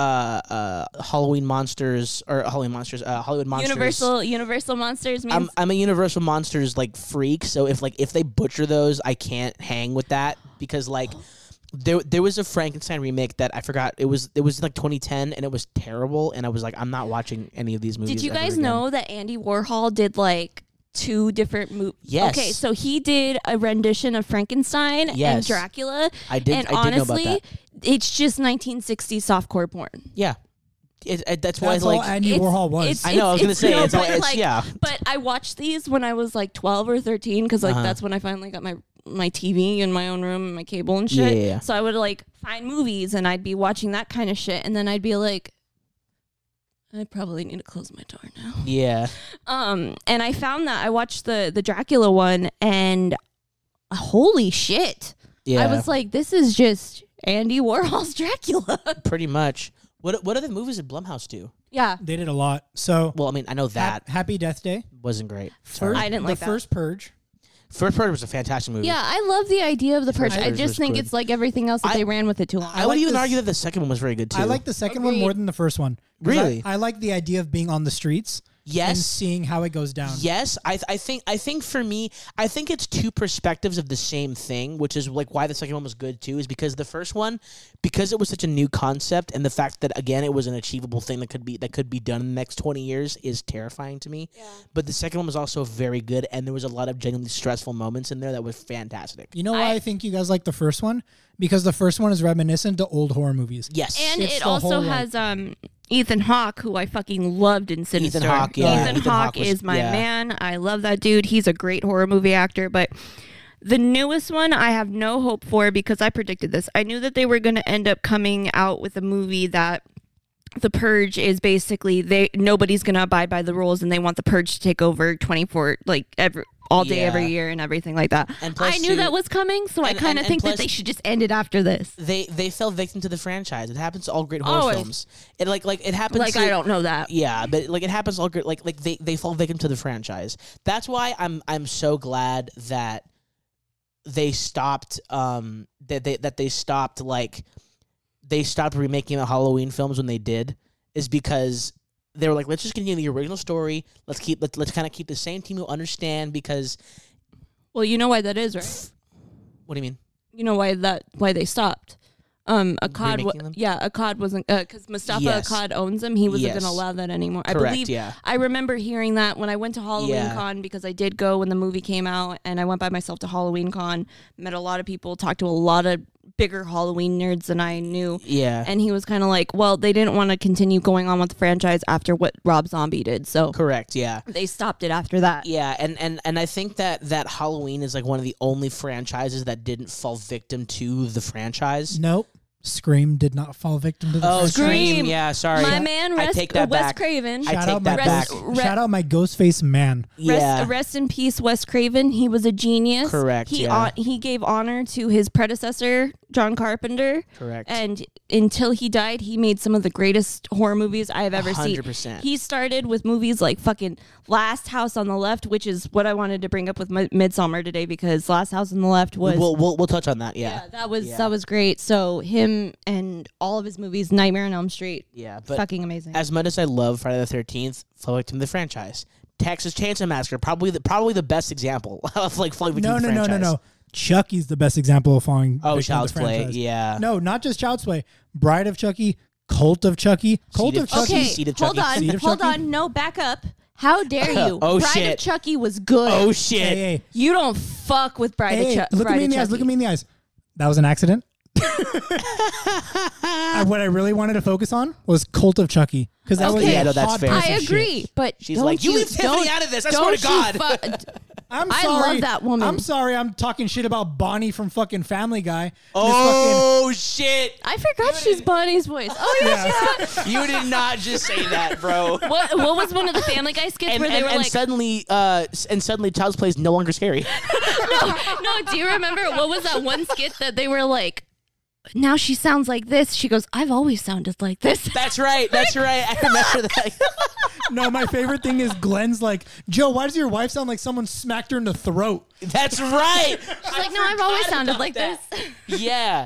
uh, Halloween monsters or Halloween monsters uh, Hollywood monsters. Universal Universal Monsters means I'm I'm a Universal monsters like freak. So if like if they butcher those, I can't hang with that because like. There, there was a Frankenstein remake that I forgot. It was it was like 2010 and it was terrible. And I was like, I'm not watching any of these movies. Did you ever guys again. know that Andy Warhol did like two different movies? Yes. Okay, so he did a rendition of Frankenstein and Yes. Dracula. I did- And I did know about honestly, that. it's just 1960s softcore porn. Yeah, it, it- that's why That's all like Andy It's- Warhol was. it's- I know, I was gonna say, it's all- but, it's- yeah. But I watched these when I was like 12 or 13 because Uh-huh. like that's when I finally got my my TV in my own room and my cable and shit. Yeah, yeah, yeah. So I would like find movies and I'd be watching that kind of shit, and then I'd be like, I probably need to close my door now. yeah. Um, and I found that I watched the the Dracula one, and uh, holy shit! Yeah, I was like, this is just Andy Warhol's Dracula. pretty much. What what other movies did Blumhouse do? yeah, they did a lot. So Well, I mean, I know Hap- that Happy Death Day. wasn't great. Sorry. First, I didn't the like that. first Purge. First Purge was a fantastic movie. yeah. I love the idea of the purge. I Purge just was think good. it's like everything else that I- they ran with it too long. I, would like even this- argue that the second one was very good too. I like the second one Agreed. more than the first one. 'Cause I- Really? I, like the idea of being on the streets and yes, seeing how it goes down. yes. I th- I think I think for me, I think it's two perspectives of the same thing, which is like why the second one was good too, is because the first one, because it was such a new concept, and the fact that again it was an achievable thing that could be that could be done in the next twenty years is terrifying to me. But the second one was also very good, and there was a lot of genuinely stressful moments in there that was fantastic. You know why I, I- think you guys like the first one? Because the first one is reminiscent to old horror movies. Yes, and It's it the whole, also has um Ethan Hawke, who I fucking loved in Sinister. Hawke, yeah. Ethan, Ethan Hawke Hawke was- is my yeah. man. I love that dude. He's a great horror movie actor, but. The newest one I have no hope for because I predicted this. I knew that they were going to end up coming out with a movie that the purge is basically they nobody's going to abide by the rules and they want the purge to take over 24 like every all day Yeah. every year and everything like that. And plus I knew two- that was coming, so I and- kind and- of and think plus- that they should just end it after this. they they fell victim to the franchise. It happens to all great horror Always. films. It like like it happens. Like to, I don't know that. Yeah, but like it happens to all great. Like like they they fall victim to the franchise. That's why I'm I'm so glad that they stopped. Um, that they that they stopped like they stopped remaking the Halloween films when they did is because they were like, let's just continue the original story. Let's keep let's, let's kind of keep the same team who understand because Well, you know why that is, right? what do you mean? You know why that why they stopped. um Akkad Remaking them? wa- yeah Akkad wasn't because Mustafa Yes. Akkad owns them he wasn't Yes. gonna allow that anymore I Correct, believe yeah. I remember hearing that when I went to Halloween Yeah. Con because I did go when the movie came out and I went by myself to Halloween Con met a lot of people talked to a lot of bigger Halloween nerds than I knew Yeah. and he was kind of like well they didn't want to continue going on with the franchise after what Rob Zombie did so Correct. Yeah. they stopped it after that Yeah, and, and and I think that that Halloween is like one of the only franchises that didn't fall victim to the franchise. Nope. Scream did not fall victim to the Oh, first Scream. Scream. Yeah, sorry. my man I rest, take that Wes back. Craven I Shout take out my that ghost- back. Re- Shout out my ghost face man. yeah. Rest, rest in peace, Wes Craven. He was a genius. Correct, He yeah. hon- he gave honor to his predecessor, John Carpenter. Correct. And until he died, he made some of the greatest horror movies I've ever seen. 100%. He started with movies like fucking Last House on the Left, which is what I wanted to bring up with M- Midsummer today because Last House on the Left was we'll, we'll we'll touch on that. yeah, Yeah. that was Yeah. that was great. So him and all of his movies, Nightmare on Elm Street, Yeah, but fucking amazing. as much as I love Friday the Thirteenth, fell victim to the franchise. Texas Chainsaw Massacre, probably the probably the best example of like falling victim No, to no, the no, franchise. no, no. Chucky's the best example of falling. Oh, victim to Child's the Play. franchise. Yeah. No, not just Child's Play. Bride of Chucky, Cult of Chucky, Cult of Seed of Chucky. okay, Seed of hold Chucky. on, Seed of hold Chucky? on, no, back up. How dare you? Oh, Bride shit. of Chucky was good. Oh shit. Hey, hey, You don't fuck with Bride hey, of Chucky. look at me in the eyes. Look at me in the eyes. That was an accident. And what I really wanted to focus on was Cult of Chucky because that was Okay. Yeah, a no, that's hot fair. piece I of agree, shit. but She's don't like, "You you leave Tiffany don't- out of this, I swear don't to you God." fuck- I'm I sorry. love that woman. I'm sorry. I'm talking shit about Bonnie from fucking Family Guy. and this Oh shit! I forgot she's Bonnie's voice. Oh yeah. fucking- yeah. You did not just say that, bro. What, what was one of the Family Guy skits And, where they and, were and like, suddenly, uh, s- and suddenly, Child's Play is no longer scary. no, do you remember what was that one skit that they were like, now she sounds like this. She goes, I've always sounded like this. That's right. That's right. I remember that. no, my favorite thing is Glenn's like, Joe, why does your wife sound like someone smacked her in the throat? That's right. She's like, no, I've always sounded like this. yeah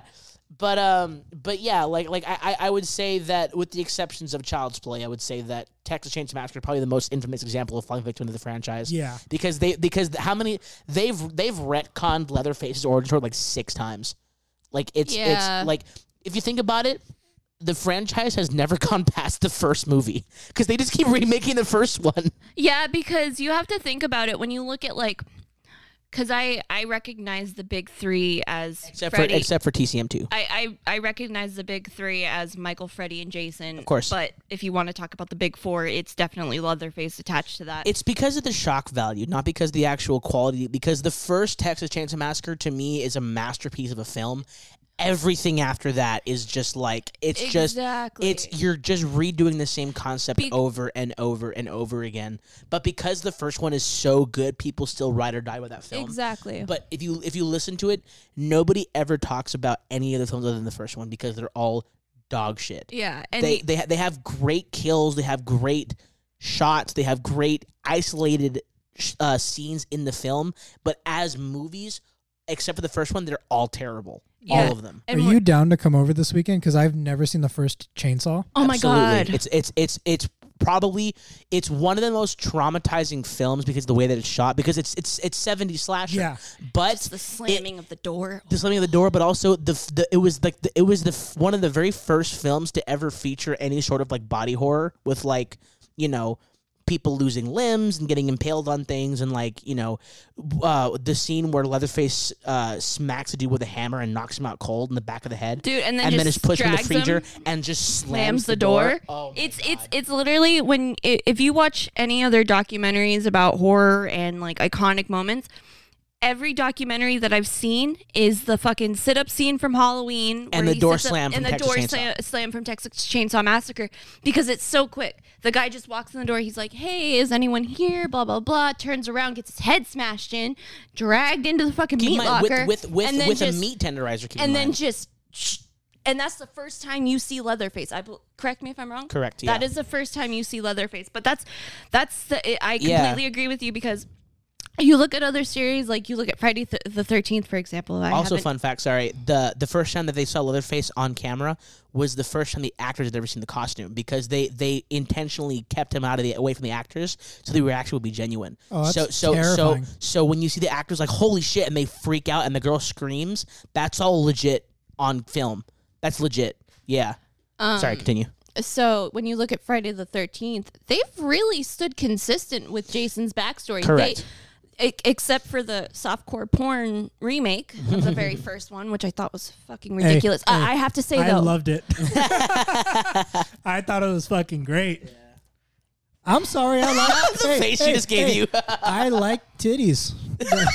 but um but yeah like like I, I I would say that with the exceptions of child's play i would say that texas chainsaw massacre is probably the most infamous example of falling victim to the franchise Yeah. because they because th- how many they've they've retconned leatherface's origin story like six times like it's Yeah. it's like if you think about it the franchise has never gone past the first movie because they just keep remaking the first one Yeah, because you have to think about it when you look at like, because I I recognize the big three as except Freddy. for except for tcm2 I, I I recognize the big three as Michael, Freddy, and Jason. Of course. but if you want to talk about the big four, it's definitely Leatherface attached to that. It's because of the shock value, not because of the actual quality. Because the first Texas Chainsaw Massacre to me is a masterpiece of a film. Everything after that is just like it's Exactly. just it's you're just redoing the same concept Be- over and over and over again. But because the first one is so good, people still ride or die with that film. exactly. But if you if you listen to it, nobody ever talks about any other films other than the first one because they're all dog shit yeah, and they they ha- they have great kills. They have great shots. They have great isolated sh- uh, scenes in the film. But as movies, except for the first one, they're all terrible. Yeah. All of them. and Are we're- you down to come over this weekend? Because I've never seen the first Chainsaw. oh my Absolutely. god, It's it's it's it's probably it's one of the most traumatizing films because of the way that it's shot because it's it's it's 70 slasher. Yeah. But Just the slamming of the door. the slamming of the door, but also the, f- the it was like the, it was the f- one of the very first films to ever feature any sort of like body horror with like you know people losing limbs and getting impaled on things and like you know uh, the scene where Leatherface uh, smacks a dude with a hammer and knocks him out cold in the back of the head, Dude, and then and just then is pushed in the drags freezer him, and just slams slams the door. Oh my it's God. it's it's literally when i if you watch any other documentaries about horror and like iconic moments, every documentary that I've seen is the fucking sit up scene from Halloween And the where he door sits up- slam from and the Texas door Chainsaw. slam, slam from Texas Chainsaw Massacre because it's so quick. The guy just walks in the door. He's like, "Hey, is anyone here?" Blah blah blah. Turns around, gets his head smashed in, dragged into the fucking Keep in meat mind, locker with with with, and then with a just- meat tenderizer. Keep in and then mind. just and that's the first time you see Leatherface. I bel- correct me if I'm wrong. Correct, That yeah. is the first time you see Leatherface. But that's that's the it, I Yeah. completely agree with you because you look at other series like you look at Friday th- the Thirteenth for example. I also, haven't- fun fact. Sorry, the the first time that they saw Leatherface on camera was the first time the actors had ever seen the costume because they they intentionally kept him out of the away from the actors so the reaction would be genuine. Oh, that's so so terrifying. so so when you see the actors like holy shit and they freak out and the girl screams, that's all legit on film. That's legit. Yeah. Um, Sorry, continue. So when you look at Friday the Thirteenth, they've really stood consistent with Jason's backstory. Correct. They, e- except for the softcore porn remake of the very first one, which I thought was fucking ridiculous. Uh, hey, I have to say I though, loved it. I thought it was fucking great. I'm sorry. I like The face she just gave you. I like titties. The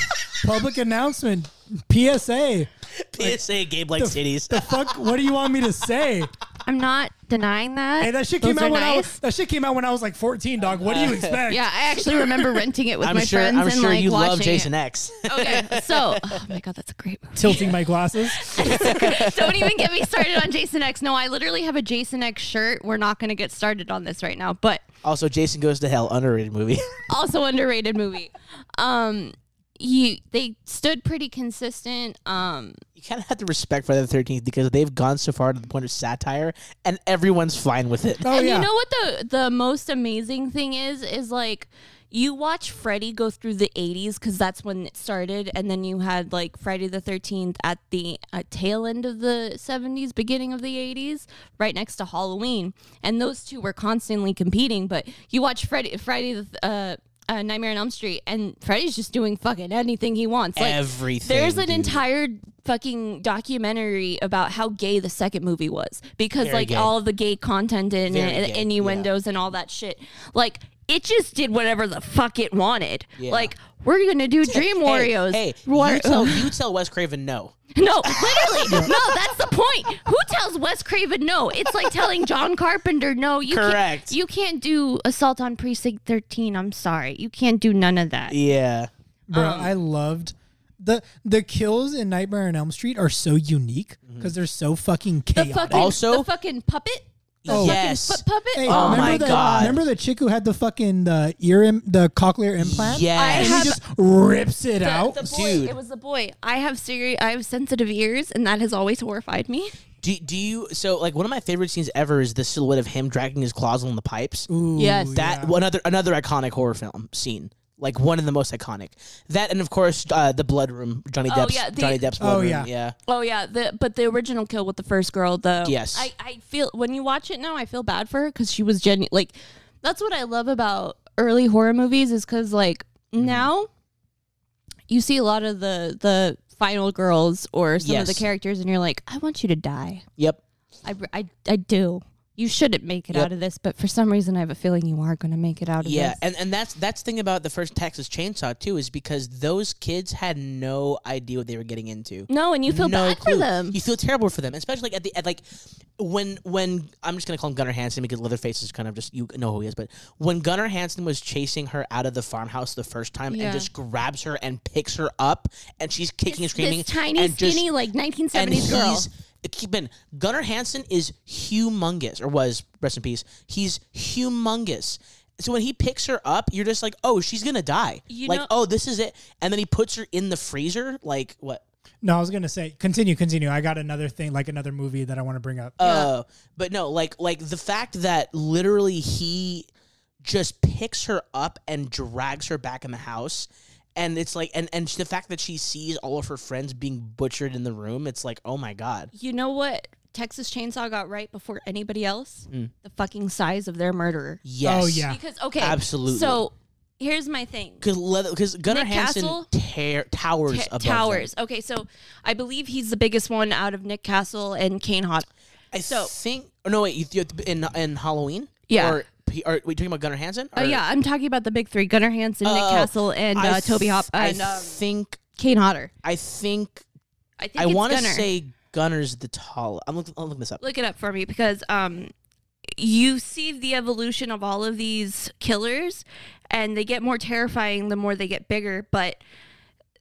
public announcement, PSA. PSA Gabe likes titties. The fuck? What do you want me to say? I'm not denying that. Hey, that shit came Those out are when I nice. Uh, was, that shit came out when I was like 14, dog. What do you expect? Yeah, I actually remember renting it with I'm my sure. friends I'm and sure like you watching love it. Jason X. Okay, so oh my god, that's a great movie. Tilting my glasses. Don't even get me started on Jason X. No, I literally have a Jason X shirt. We're not going to get started on this right now, but also, Jason Goes to Hell, underrated movie. also underrated movie. Um, you they stood pretty consistent. Um, you kind of have to respect Friday the Thirteenth because they've gone so far to the point of satire, and everyone's fine with it. Oh and yeah. you know what the the most amazing thing is is like you watch Freddy go through the 80s because that's when it started, and then you had like Friday the 13th at the uh, tail end of the 70s, beginning of the 80s, right next to Halloween, and those two were constantly competing. But you watch Freddy Friday the th- uh, uh, Nightmare on Elm Street, and Freddy's just doing fucking anything he wants. Like Everything. there's an dude. entire fucking documentary about how gay the second movie was because Very like gay. all the gay content in Very it, gay, innuendos and all that shit. Like it just did whatever the fuck it wanted. Yeah. Like we're gonna do Dream Hey, Warrios. Hey, War- you tell you tell Wes Craven no. no, literally, no. That's the point. Who tells Wes Craven no? It's like telling John Carpenter no. You Correct. Can't, you can't do Assault on Precinct Thirteen. I'm sorry, you can't do none of that. Yeah. bro Um, i loved the the kills in nightmare on elm street are so unique because they're so fucking Mhm. The chaotic fucking Also- the fucking puppet. The Oh. fucking Yes. foot puppet. Hey, Oh remember my the, God. remember the chick who had the fucking the ear Im- the cochlear implant Yes. he have- just rips it out The boy, Dude. It was the boy. I have seri- I have sensitive ears, and that has always horrified me. Do, do you so like one of my favorite scenes ever is the silhouette of him dragging his claws along the pipes. Ooh, Yes. That one other another iconic horror film scene, like one of the most iconic. That and of course uh, the blood room, Johnny Oh, Depp's yeah, the- Johnny Depp's blood Oh, room. yeah. yeah. Oh yeah, the but the original kill with the first girl though. Yes. I, I feel when you watch it now, I feel bad for her because she was genuine. Like that's what I love about early horror movies is because like Mm. now you see a lot of the the final girls or some of the Yes. characters, and you're like, I want you to die. Yep. I I, I do. You shouldn't make it Yep. out of this, but for some reason, I have a feeling you are going to make it out of Yeah, this. and and that's that's the thing about the first Texas Chainsaw too is because those kids had no idea what they were getting into. No, and you feel no bad clue. for them. You feel terrible for them, especially like at the at like when when I'm just gonna call him Gunnar Hansen because Leatherface is kind of just you know who he is, but when Gunnar Hansen was chasing her out of the farmhouse the first time Yeah. and just grabs her and picks her up and she's kicking and screaming, This tiny, and just- skinny, like and 1970s he's girl. keep in Gunnar Hansen is humongous or was rest in peace. He's humongous. So when he picks her up, you're just like, oh, she's gonna die. You like, know- oh, this is it. And then he puts her in the freezer. Like what? no i was gonna say continue continue i got another thing like another movie that i want to bring up Uh, but no, like like the fact that literally he just picks her up and drags her back in the house. And it's like, and, and the fact that she sees all of her friends being butchered in the room, it's like, oh my God. You know what Texas Chainsaw got right before anybody else? Mm. The fucking size of their murderer. Yes. Oh, yeah. Because okay, Absolutely. So here's my thing. Because because Gunnar Nick Hansen Castle? tear, towers Ta- above them. towers. Okay, so I believe he's the biggest one out of Nick Castle and Kane Hodder. I So- think. Oh no, wait. You, you, in in Halloween. Yeah. Or, P- are we talking about Gunnar Hansen? Oh Or- yeah, I'm talking about the big three: Gunnar Hansen, Nick Oh, Castle, and I uh, Toby th- Hop and I um, think. Kane Hodder. I think. I think I it's want to Gunnar. say Gunner's the tall. I'm looking. I'm looking this up. look it up for me because um you see the evolution of all of these killers and they get more terrifying the more they get bigger but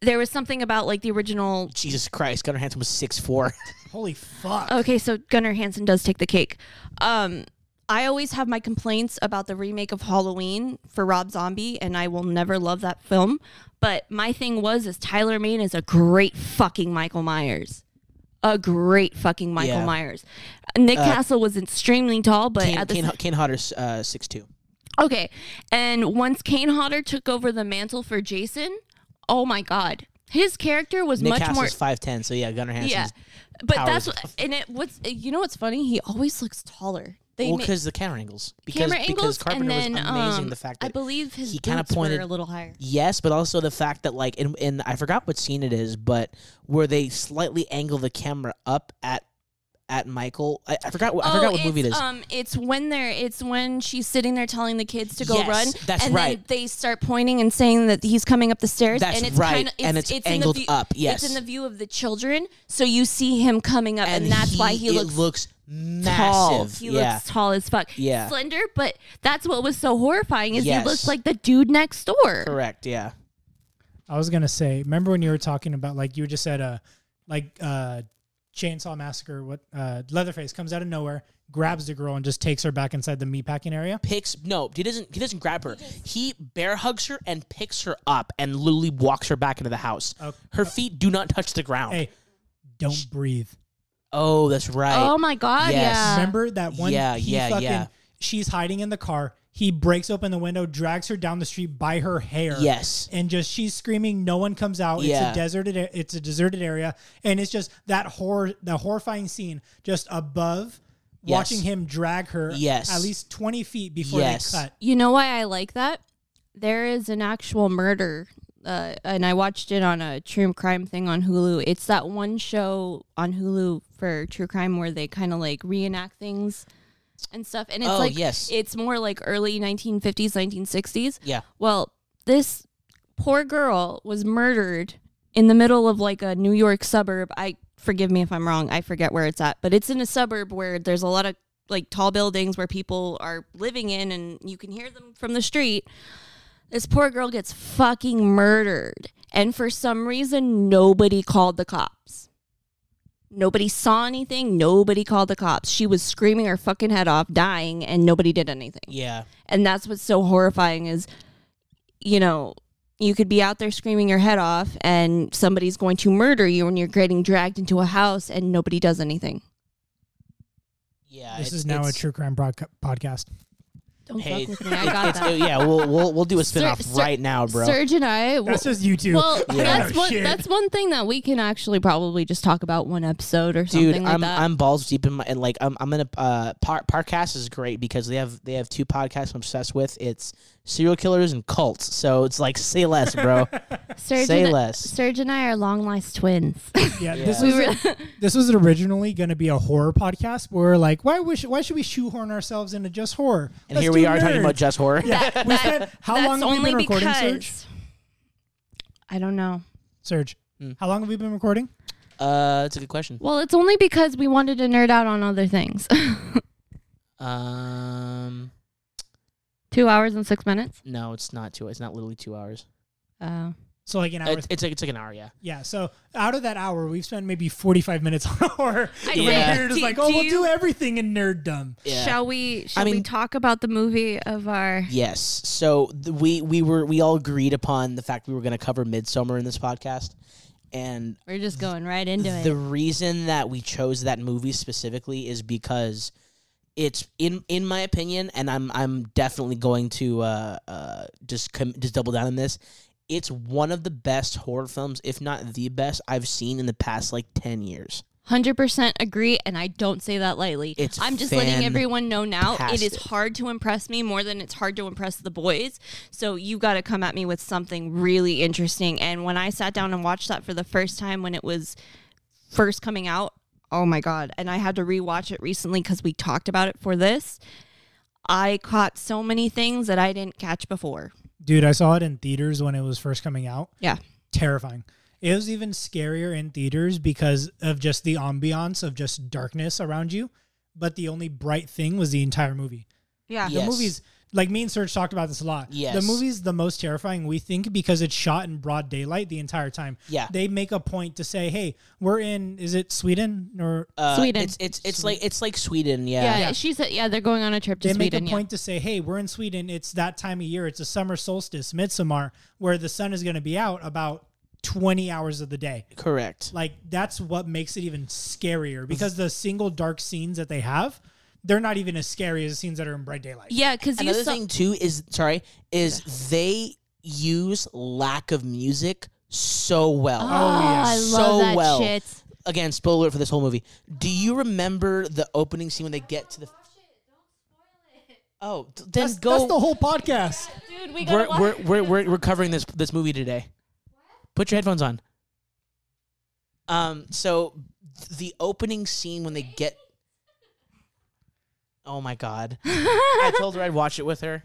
there was something about like the original Jesus Christ, Gunnar Hansen was six four. holy fuck okay so gunnar hansen does take the cake um i always have my complaints about the remake of halloween for rob zombie and i will never love that film but my thing was is tyler main is a great fucking michael myers a great fucking michael Yeah. Uh, myers nick castle was extremely tall but Kane, at the Kane, same- Kane Hodder's uh, six two. Okay. And once Kane Hodder took over the mantle for Jason, oh my God. His character was Nick much Castle's more five ten, so yeah, Gunnar Hansen's. yeah, but power that's is what, and it what's you know what's funny? He always looks taller. They Well, ma- because the camera angles. Because, camera because angles, Carpenter and then was amazing. um, the fact I that believe his he kind kinda of pointed- were a little higher. Yes, but also the fact that like in, in I forgot what scene it is, but where they slightly angle the camera up at at Michael. I, I forgot what I forgot what it's, movie it is. Um, it's when they're it's when she's sitting there telling the kids to go Yes, run. that's and right. then they start pointing and saying that he's coming up the stairs. That's and it's right, Kinda, and it's in the angled view- up, yes. it's in the view of the children, so you see him coming up, and, that's why he it looks. massive. Tall. He yeah. looks tall as fuck. Yeah. Slender, but that's what was so horrifying is Yes. he looked like the dude next door. Correct. Yeah. I was gonna say, remember when you were talking about like you just said uh like uh chainsaw massacre, what uh Leatherface comes out of nowhere, grabs the girl and just takes her back inside the meatpacking area. Picks no, he doesn't. He doesn't grab her. He bear hugs her and picks her up and literally walks her back into the house. Her feet do not touch the ground. Oh, Hey, don't breathe. Oh, that's right. Oh my god, Yes. yeah. Remember that one Um, yeah, he yeah, fucking yeah. she's hiding in the car. He breaks open the window, drags her down the street by her hair. yes. and just she's screaming. No one comes out. Yeah. It's a deserted. It's a deserted area, and it's just that horror, the horrifying scene just above, Yes. watching him drag her. Yes. at least twenty feet before Yes. they cut. You know why I like that? There is an actual murder, uh, and I watched it on a true crime thing on Hulu. It's that one show on Hulu for true crime where they kind of like reenact things and stuff. And it's Oh, like, yes. it's more like early 1950s, 1960s. Yeah. Well, this poor girl was murdered in the middle of like a New York suburb. I forgive me if I'm wrong. I forget where it's at, but it's in a suburb where there's a lot of like tall buildings where people are living in and you can hear them from the street. This poor girl gets fucking murdered. And for some reason, nobody called the cops. Nobody saw anything. Nobody called the cops. She was screaming her fucking head off, dying, and nobody did anything Yeah. and that's what's so horrifying is you know you could be out there screaming your head off and somebody's going to murder you and you're getting dragged into a house and nobody does anything Yeah. This Uh, it's- is now a it's- true crime broadca- podcast. don't Hey, fuck with me i it- got it's- that yeah, we'll we'll we'll do a Sir- spinoff sir- right now, bro. serge and i well, That's just you two. well, Yeah. that's Oh, one shit. that's one thing that we can actually probably just talk about one episode or something Dude, like I'm that I'm balls deep in my and like I'm I'm gonna uh par- Parcast is great because they have they have two podcasts I'm obsessed with. It's serial killers and cults. So it's like say less, bro. serge, say and, less. serge and i are long lost twins yeah, this yeah. we was were this was originally going to be a horror podcast. But we are like, why wish, why should we shoehorn ourselves into just horror? And Let's here we do are talking nerds. about just horror. yeah, we spent how that's long have we only been recording, because Serge? i don't know Serge, Hmm. how long have we been recording? Uh, that's a good question. well it's only because we wanted to nerd out on other things Um, Two hours and six minutes. no, it's not two. It's not literally two hours. Uh, So like an hour. It, it's like it's like an hour. Yeah. Yeah, so out of that hour, we've spent maybe 45 minutes on horror. I And Yeah. We're just Do- like, oh, do we'll you- do everything in nerddom. Yeah. Shall we? Shall we mean- talk about the movie of our? Yes. So th- we we were we all agreed upon the fact we were going to cover Midsummer in this podcast, and We're just going right into the reason that we chose that movie specifically is because it's in in my opinion, and I'm I'm definitely going to uh, uh, just com- just double down on this. It's one of the best horror films, if not the best, I've seen in the past like ten years. Hundred percent agree, and I don't say that lightly. It's I'm just letting everyone know now. It is fantastic. hard to impress me more than it's hard to impress the boys. So you got to come at me with something really interesting. And when I sat down and watched that for the first time when it was first coming out, oh my god! And I had to rewatch it recently because we talked about it for this. I caught so many things that I didn't catch before. Dude, I saw it in theaters when it was first coming out. Yeah. Terrifying. It was even scarier in theaters because of just the ambiance of just darkness around you. But the only bright thing was the entire movie. Yeah. Yeah. The Yes. movie's, like me and Serge talked about this a lot. Yes. The movie's the most terrifying, we think, because it's shot in broad daylight the entire time. Yeah. They make a point to say, hey, we're in, is it Sweden or Uh, Sweden. It's it's it's like it's like Sweden. Yeah, she said, yeah, they're going on a trip to they Sweden. make a yeah. point to say, "Hey, we're in Sweden. It's that time of year. It's a summer solstice, midsummer, where the sun is going to be out about 20 hours of the day." Correct. Like that's what makes it even scarier because the single dark scenes that they have, they're not even as scary as the scenes that are in bright daylight. Yeah, because you Another saw, thing too is sorry is they use lack of music so well. Oh. yeah. I Ah, love Oh, So that well. shit. Again, spoiler alert for this whole movie. Do you remember the opening scene when they get to the? Oh, th- then That's, go. that's the whole podcast. Dude, we we're, gotta watch. we're, we're, we're, we're covering this this movie today. Put your headphones on. Um. So th- the opening scene when they get. Oh my god! I told her I'd watch it with her.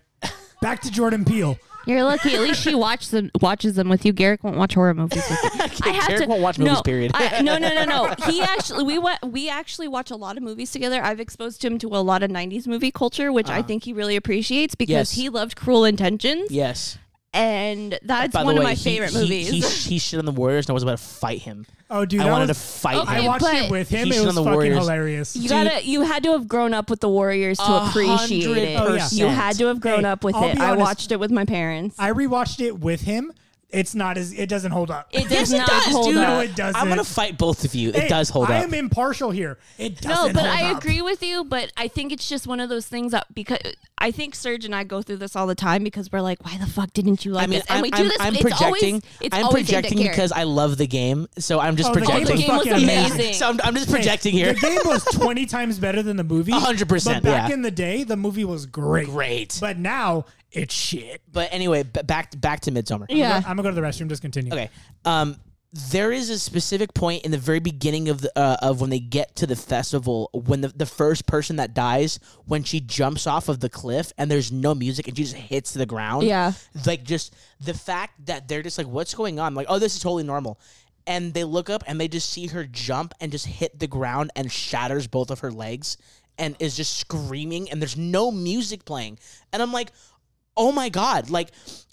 Back to Jordan Peele. You're lucky. At least she watches them. Watches them with you. Garrick won't watch horror movies with you. I have Derek to won't watch no, movies. Period. I, no, no, no, no. He actually we went we actually watch a lot of movies together. I've exposed him to a lot of '90s movie culture, which I think he really appreciates because Uh-huh. Yes. he loved Cruel Intentions, yes. and that's By the one of way, my he- favorite he, movies. He, he shit on the Warriors, and I was about to fight him. Oh, dude, I that wanted was- to fight Okay, I him. wa- watched but it with him. he It should was on the fucking Warriors. hilarious. you gotta you had to have grown up with the Warriors to appreciate it. Oh, yeah. You had to have grown Hey, up with I'll it. be I honest. watched it with my parents. I rewatched it with him. It's not as it doesn't hold up. it Yes, does it not does, hold dude. No, up. it doesn't. I'm gonna fight both of you. Hey, it does hold I up. am impartial here. It No, doesn't. but hold I up. agree with you. But I think it's just one of those things that because I think Serge and I go through this all the time because we're like, why the fuck didn't you like I mean, this? And I'm, we do I'm- this. I'm it's projecting. Always, it's I'm always aimed at projecting Garrett. because I love the game, so I'm just Oh, the game projecting. the was game was fucking amazing. amazing. So I'm, I'm just projecting here. The game was 20 times better than the movie. 100%, But back yeah. in the day, the movie was great. Great. But, But now, it's shit. anyway, b- back back to Midsummer. Yeah. I'm going to go to the restroom. Just continue. Okay. Um, there is a specific point in the very beginning of the uh, of when they get to the festival when the, the first person that dies when she jumps off of the cliff and there's no music and she just hits the ground. Yeah. Like just the fact that they're just like, what's going on? Like, oh, this is totally normal. And they look up and they just see her jump and just hit the ground and shatters both of her legs and is just screaming and there's no music playing. And I'm like, oh my god like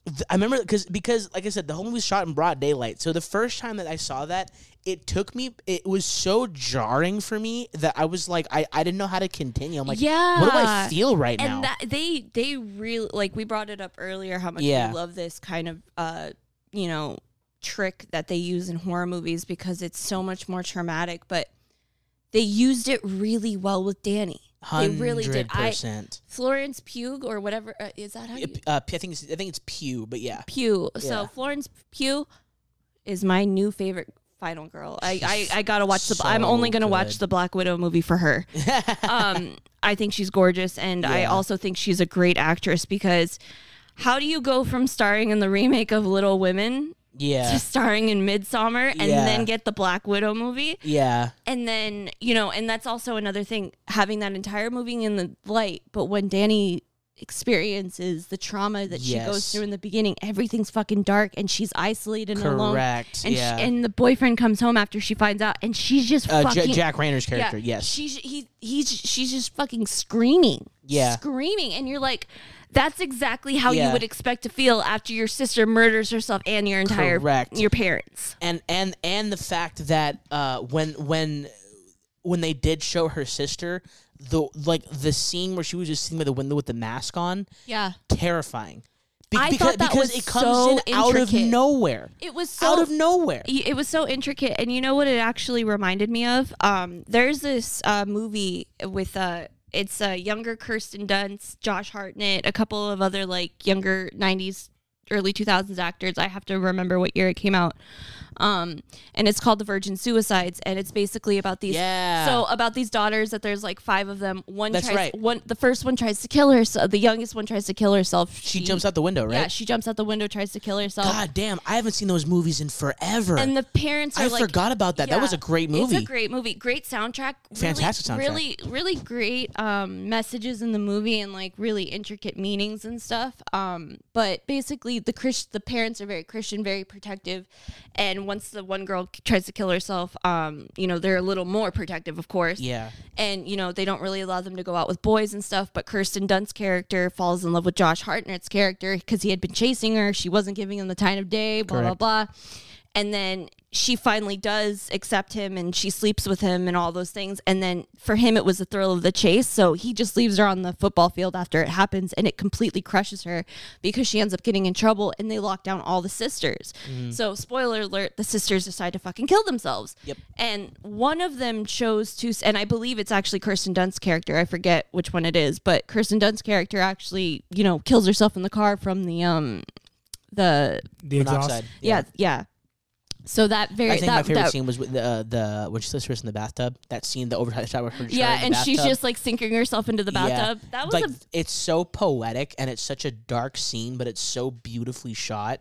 th- i remember because because like i said the whole movie was shot in broad daylight so the first time that i saw that it took me it was so jarring for me that i was like i, I didn't know how to continue i'm like Yeah. what do i feel right now and that they they really like we brought it up earlier how much Yeah. we love this kind of uh you know trick that they use in horror movies because it's so much more traumatic but they used it really well with Danny they really did I 100%. Florence Pugh or whatever uh, is that how you Uh, I think it's, I think it's Pew, but yeah, Pugh Yeah. so Florence Pugh is my new favorite final girl I She's I, I gotta watch the I'm so only gonna good. watch the Black Widow movie for her um, I think she's gorgeous, and I Yeah. also think she's a great actress because how do you go from starring in the remake of Little Women yeah, to starring in Midsummer and Yeah. then get the Black Widow movie? yeah. And then, you know, and that's also another thing having that entire movie in the light, but when Danny experiences the trauma that she Yes. goes through in the beginning, everything's fucking dark and she's isolated and alone. Correct. And, yeah, she, and the boyfriend comes home after she finds out, and she's just uh, J- fucking Jack Rayner's character. yeah. Yes, She's he he's she's just fucking screaming. Yeah. Screaming. And you're like, that's exactly how Yeah. you would expect to feel after your sister murders herself and your entire Correct. your parents. and and and the fact that uh, when when when they did show her sister the like the scene where she was just sitting by the window with the mask on Yeah. terrifying Be- I because, thought that because was it comes so in out of intricate. nowhere It was so out of nowhere y- it was so intricate and you know what it actually reminded me of um there's this uh movie with uh it's a uh, younger kirsten dunst josh hartnett a couple of other like younger 90s early 2000s actors i have to remember what year it came out um and it's called the virgin suicides and it's basically about these Yeah. so about these daughters that there's like five of them one That's tries right. one the first one tries to kill herself the youngest one tries to kill herself she, jumps out the window right yeah she jumps out the window tries to kill herself god damn i haven't seen those movies in forever and the parents are I like, forgot about that. That was a great It's movie. a great movie. Great soundtrack. really- Fantastic soundtrack. Really, really great um, messages in the movie and like really intricate meanings and stuff. Um, but basically, the Christ- the parents are very Christian, very protective. And once the one girl k- tries to kill herself, um, you know they're a little more protective, of course. yeah And you know they don't really allow them to go out with boys and stuff. But Kirsten Dunst's character falls in love with Josh Hartnett's character because he had been chasing her. She wasn't giving him the time of day. Blah Correct. blah blah and then she finally does accept him and she sleeps with him and all those things and then for him it was the thrill of the chase so he just leaves her on the football field after it happens and it completely crushes her because she ends up getting in trouble and they lock down all the sisters Mm-hmm. so spoiler alert the sisters decide to fucking kill themselves Yep. and one of them chose to and i believe it's actually kirsten dunst's character i forget which one it is but kirsten dunst's character actually you know kills herself in the car from the um the The exhaust. Monoxide. yeah yeah So that very I think that, my favorite that- scene was with the uh, the when she slips her in the bathtub. That scene, the overhead shot where her just yeah, in the and she's bathtub. just like sinking herself into the Yeah. bathtub. That was like a it's so poetic and it's such a dark scene, but it's so beautifully shot.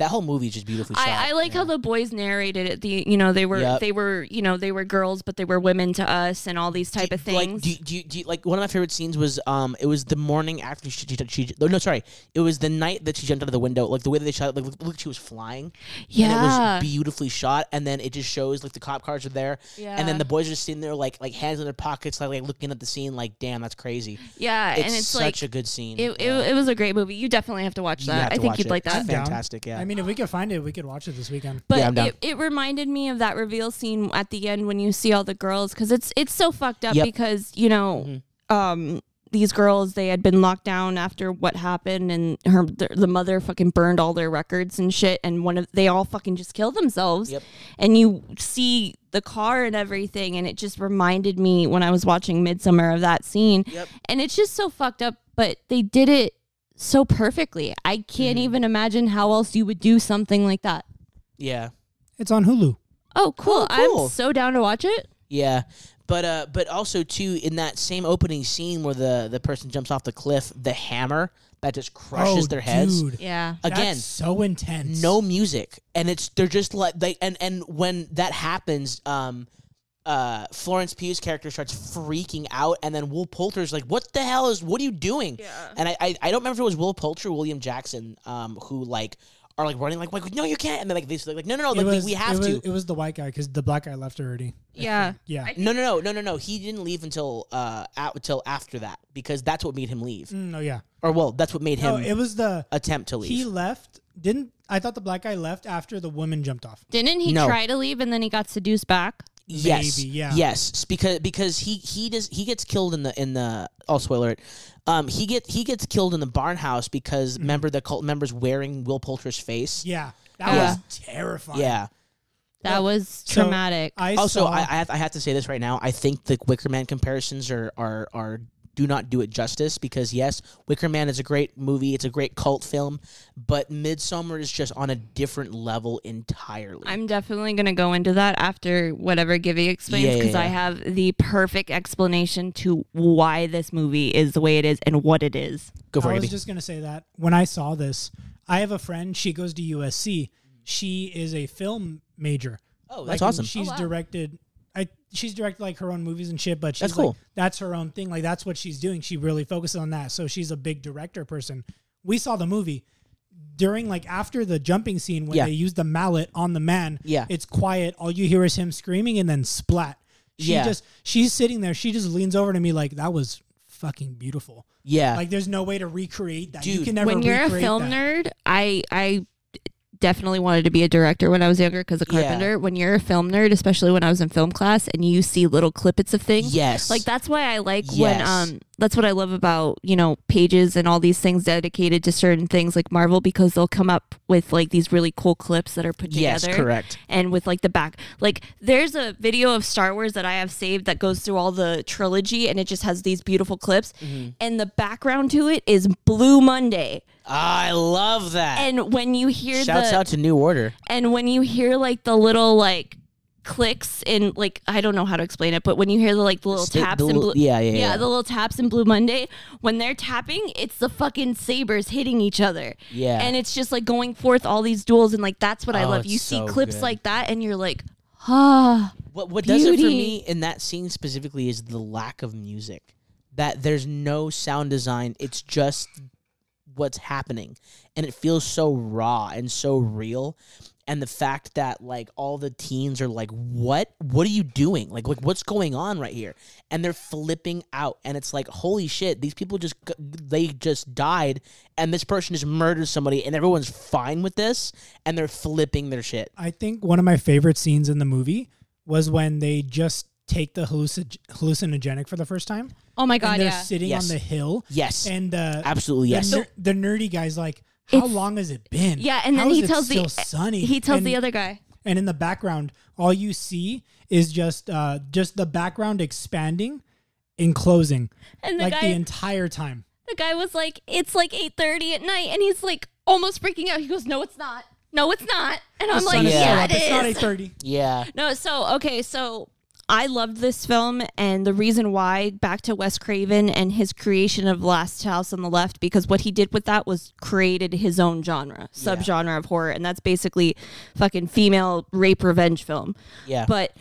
That whole movie is just beautifully shot. I- I like how the boys narrated it. The you know they were Yep. they were you know they were girls, but they were women to us, and all these type of things. Like, do, you- do, you- do you- like one of my favorite scenes was um, it was the morning after she, she, she no sorry, it was the night that she jumped out of the window. Like the way that they shot, it, like look, look, she was flying. yeah. and it was beautifully shot. And then it just shows like the cop cars are there, and Yeah. then the boys are just sitting there like like hands in their pockets, like, like looking at the scene, like damn, that's crazy. yeah, It's, and it's such like a good scene. it, it, it was a great movie. You definitely have to watch You have that. to I think watch you'd it. like that. It's down. fantastic. Yeah, I mean, if we could find it, we could watch it this weekend. But Yeah, I'm down. it, it reminded me of that reveal scene at the end when you see all the girls because it's it's so fucked up Yep. Mm-hmm. because you know um, these girls they had been locked down after what happened and her the, the mother fucking burned all their records and shit and one of they all fucking just killed themselves Yep. and you see the car and everything and it just reminded me when I was watching Midsummer of that scene Yep. and it's just so fucked up but they did it so perfectly I Mm-hmm. can't even imagine how else you would do something like that. yeah. It's on Hulu. Oh, cool. cool. I'm so down to watch it. Yeah, but uh, but also too in that same opening scene where the the person jumps off the cliff, the hammer that just crushes oh, their heads. dude. Yeah. Again, That's so intense. no music, and it's they're just like they and and when that happens, um, uh, Florence Pugh's character starts freaking out, and then Will Poulter's like, "What the hell is? What are you doing?" Yeah. And I, I I don't remember if it was Will Poulter, or William Jackson, um, who like are like running like, like no you can't, and then like they like no no no It like we- was- we have it was- to. It was the white guy because the black guy left already. Yeah. Yeah. I- No, no, no, no, no, no. He didn't leave until uh out until after that because that's what made him leave, Mm, oh yeah. or well, that's what made him No, it was the attempt to he leave. left. Didn't I thought the black guy left after the woman jumped off? Didn't he No. try to leave and then he got seduced back? yes, maybe, yeah. yes, s- because because he he does he gets killed in the in the oh spoiler alert, um he get he gets killed in the barn house because Mm-hmm. remember the cult members wearing Will Poulter's face. Yeah, that Yeah. was terrifying. Yeah. That was So, traumatic. I Also, saw, I, I have I have to say this right now. I think the Wicker Man comparisons are are are do not do it justice because yes, Wicker Man is a great movie. It's a great cult film, but Midsummer is just on a different level entirely. I'm definitely going to go into that after whatever Givy explains Yeah, yeah, because I yeah. have the perfect explanation to why this movie is the way it is and what it is. Go for I it. was Abby. just gonna say that when I saw this, I have a friend. She goes to USC. She is a film major. Oh, that's Like, awesome. She's directed. I she's directed like her own movies and shit, but she's That's like, cool. that's her own thing. Like that's what she's doing. She really focuses on that. So she's a big director person. We saw the movie during like after the jumping scene when Yeah. they use the mallet on the man. Yeah. it's quiet. All you hear is him screaming and then splat. She Yeah. just she's sitting there. She just leans over to me like that was fucking beautiful. yeah. Like there's no way to recreate that. you Dude. can never. when you're a recreate film that. nerd, I I definitely wanted to be a director when I was younger because of Yeah. Carpenter. When you're a film nerd, especially when I was in film class and you see little clippets of things, yes. Like that's why I like when Yes. um that's what I love about, you know, pages and all these things dedicated to certain things like Marvel because they'll come up with like these really cool clips that are put Yes, together. correct. And with like the back like there's a video of Star Wars that I have saved that goes through all the trilogy and it just has these beautiful clips Mm-hmm. and the background to it is Blue Monday. I love that. And when you hear Shouts the out to New Order. and when you hear like the little like clicks and like I don't know how to explain it, but when you hear the like the little Sti- the taps and little- blue, yeah, yeah, yeah. the little taps in Blue Monday, when they're tapping, it's the fucking sabers hitting each other. Yeah. and it's just like going forth all these duels and like that's what I Oh, love. it's You see so clips good. like that and you're like, ah, What what does it for Beauty. me in that scene specifically is the lack of music. That there's no sound design. It's just what's happening, and it feels so raw and so real. And the fact that like all the teens are like, "What? What are you doing? Like, like what's going on right here?" And they're flipping out, and it's like, "Holy shit! These people just g- they just died, and this person just murdered somebody, and everyone's fine with this, and they're flipping their shit." I think one of my favorite scenes in the movie was when they just take the hallucin- hallucinogenic for the first time. oh my and god, they're yeah. sitting Yes. on the hill. Yes, And uh, absolutely. Yes. the, ner- the nerdy guy's like, how It's- long has it been? yeah. And then How he is tells it the still sunny. he tells and, the other guy, And in the background, all you see is just uh, just the background expanding and closing, and the like guy the entire time. the guy was like, it's like eight thirty at night, and he's like almost freaking out. He goes, no, it's not. no, it's not. And I'm The like, sun is yeah, still yeah, up. it It's not is. eight thirty. Yeah. No, so okay, so I loved this film and the reason why back to Wes Craven and his creation of Last House on the Left because what he did with that was created his own genre, subgenre of horror and that's basically fucking female rape revenge film. Yeah. But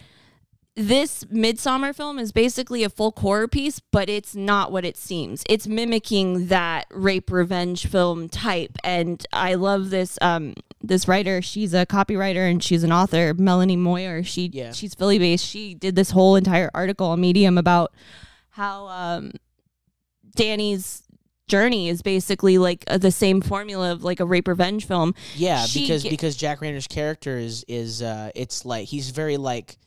this Midsummer film is basically a full horror piece, but it's not what it seems. It's mimicking that rape revenge film type, and I love this um this writer. She's a copywriter and she's an author, Melanie Moyer. She Yeah. she's Philly based. She did this whole entire article on Medium about how um Danny's journey is basically like uh, the same formula of like a rape revenge film. Yeah, She because ge- because Jack Rayner's character is is uh it's like he's very like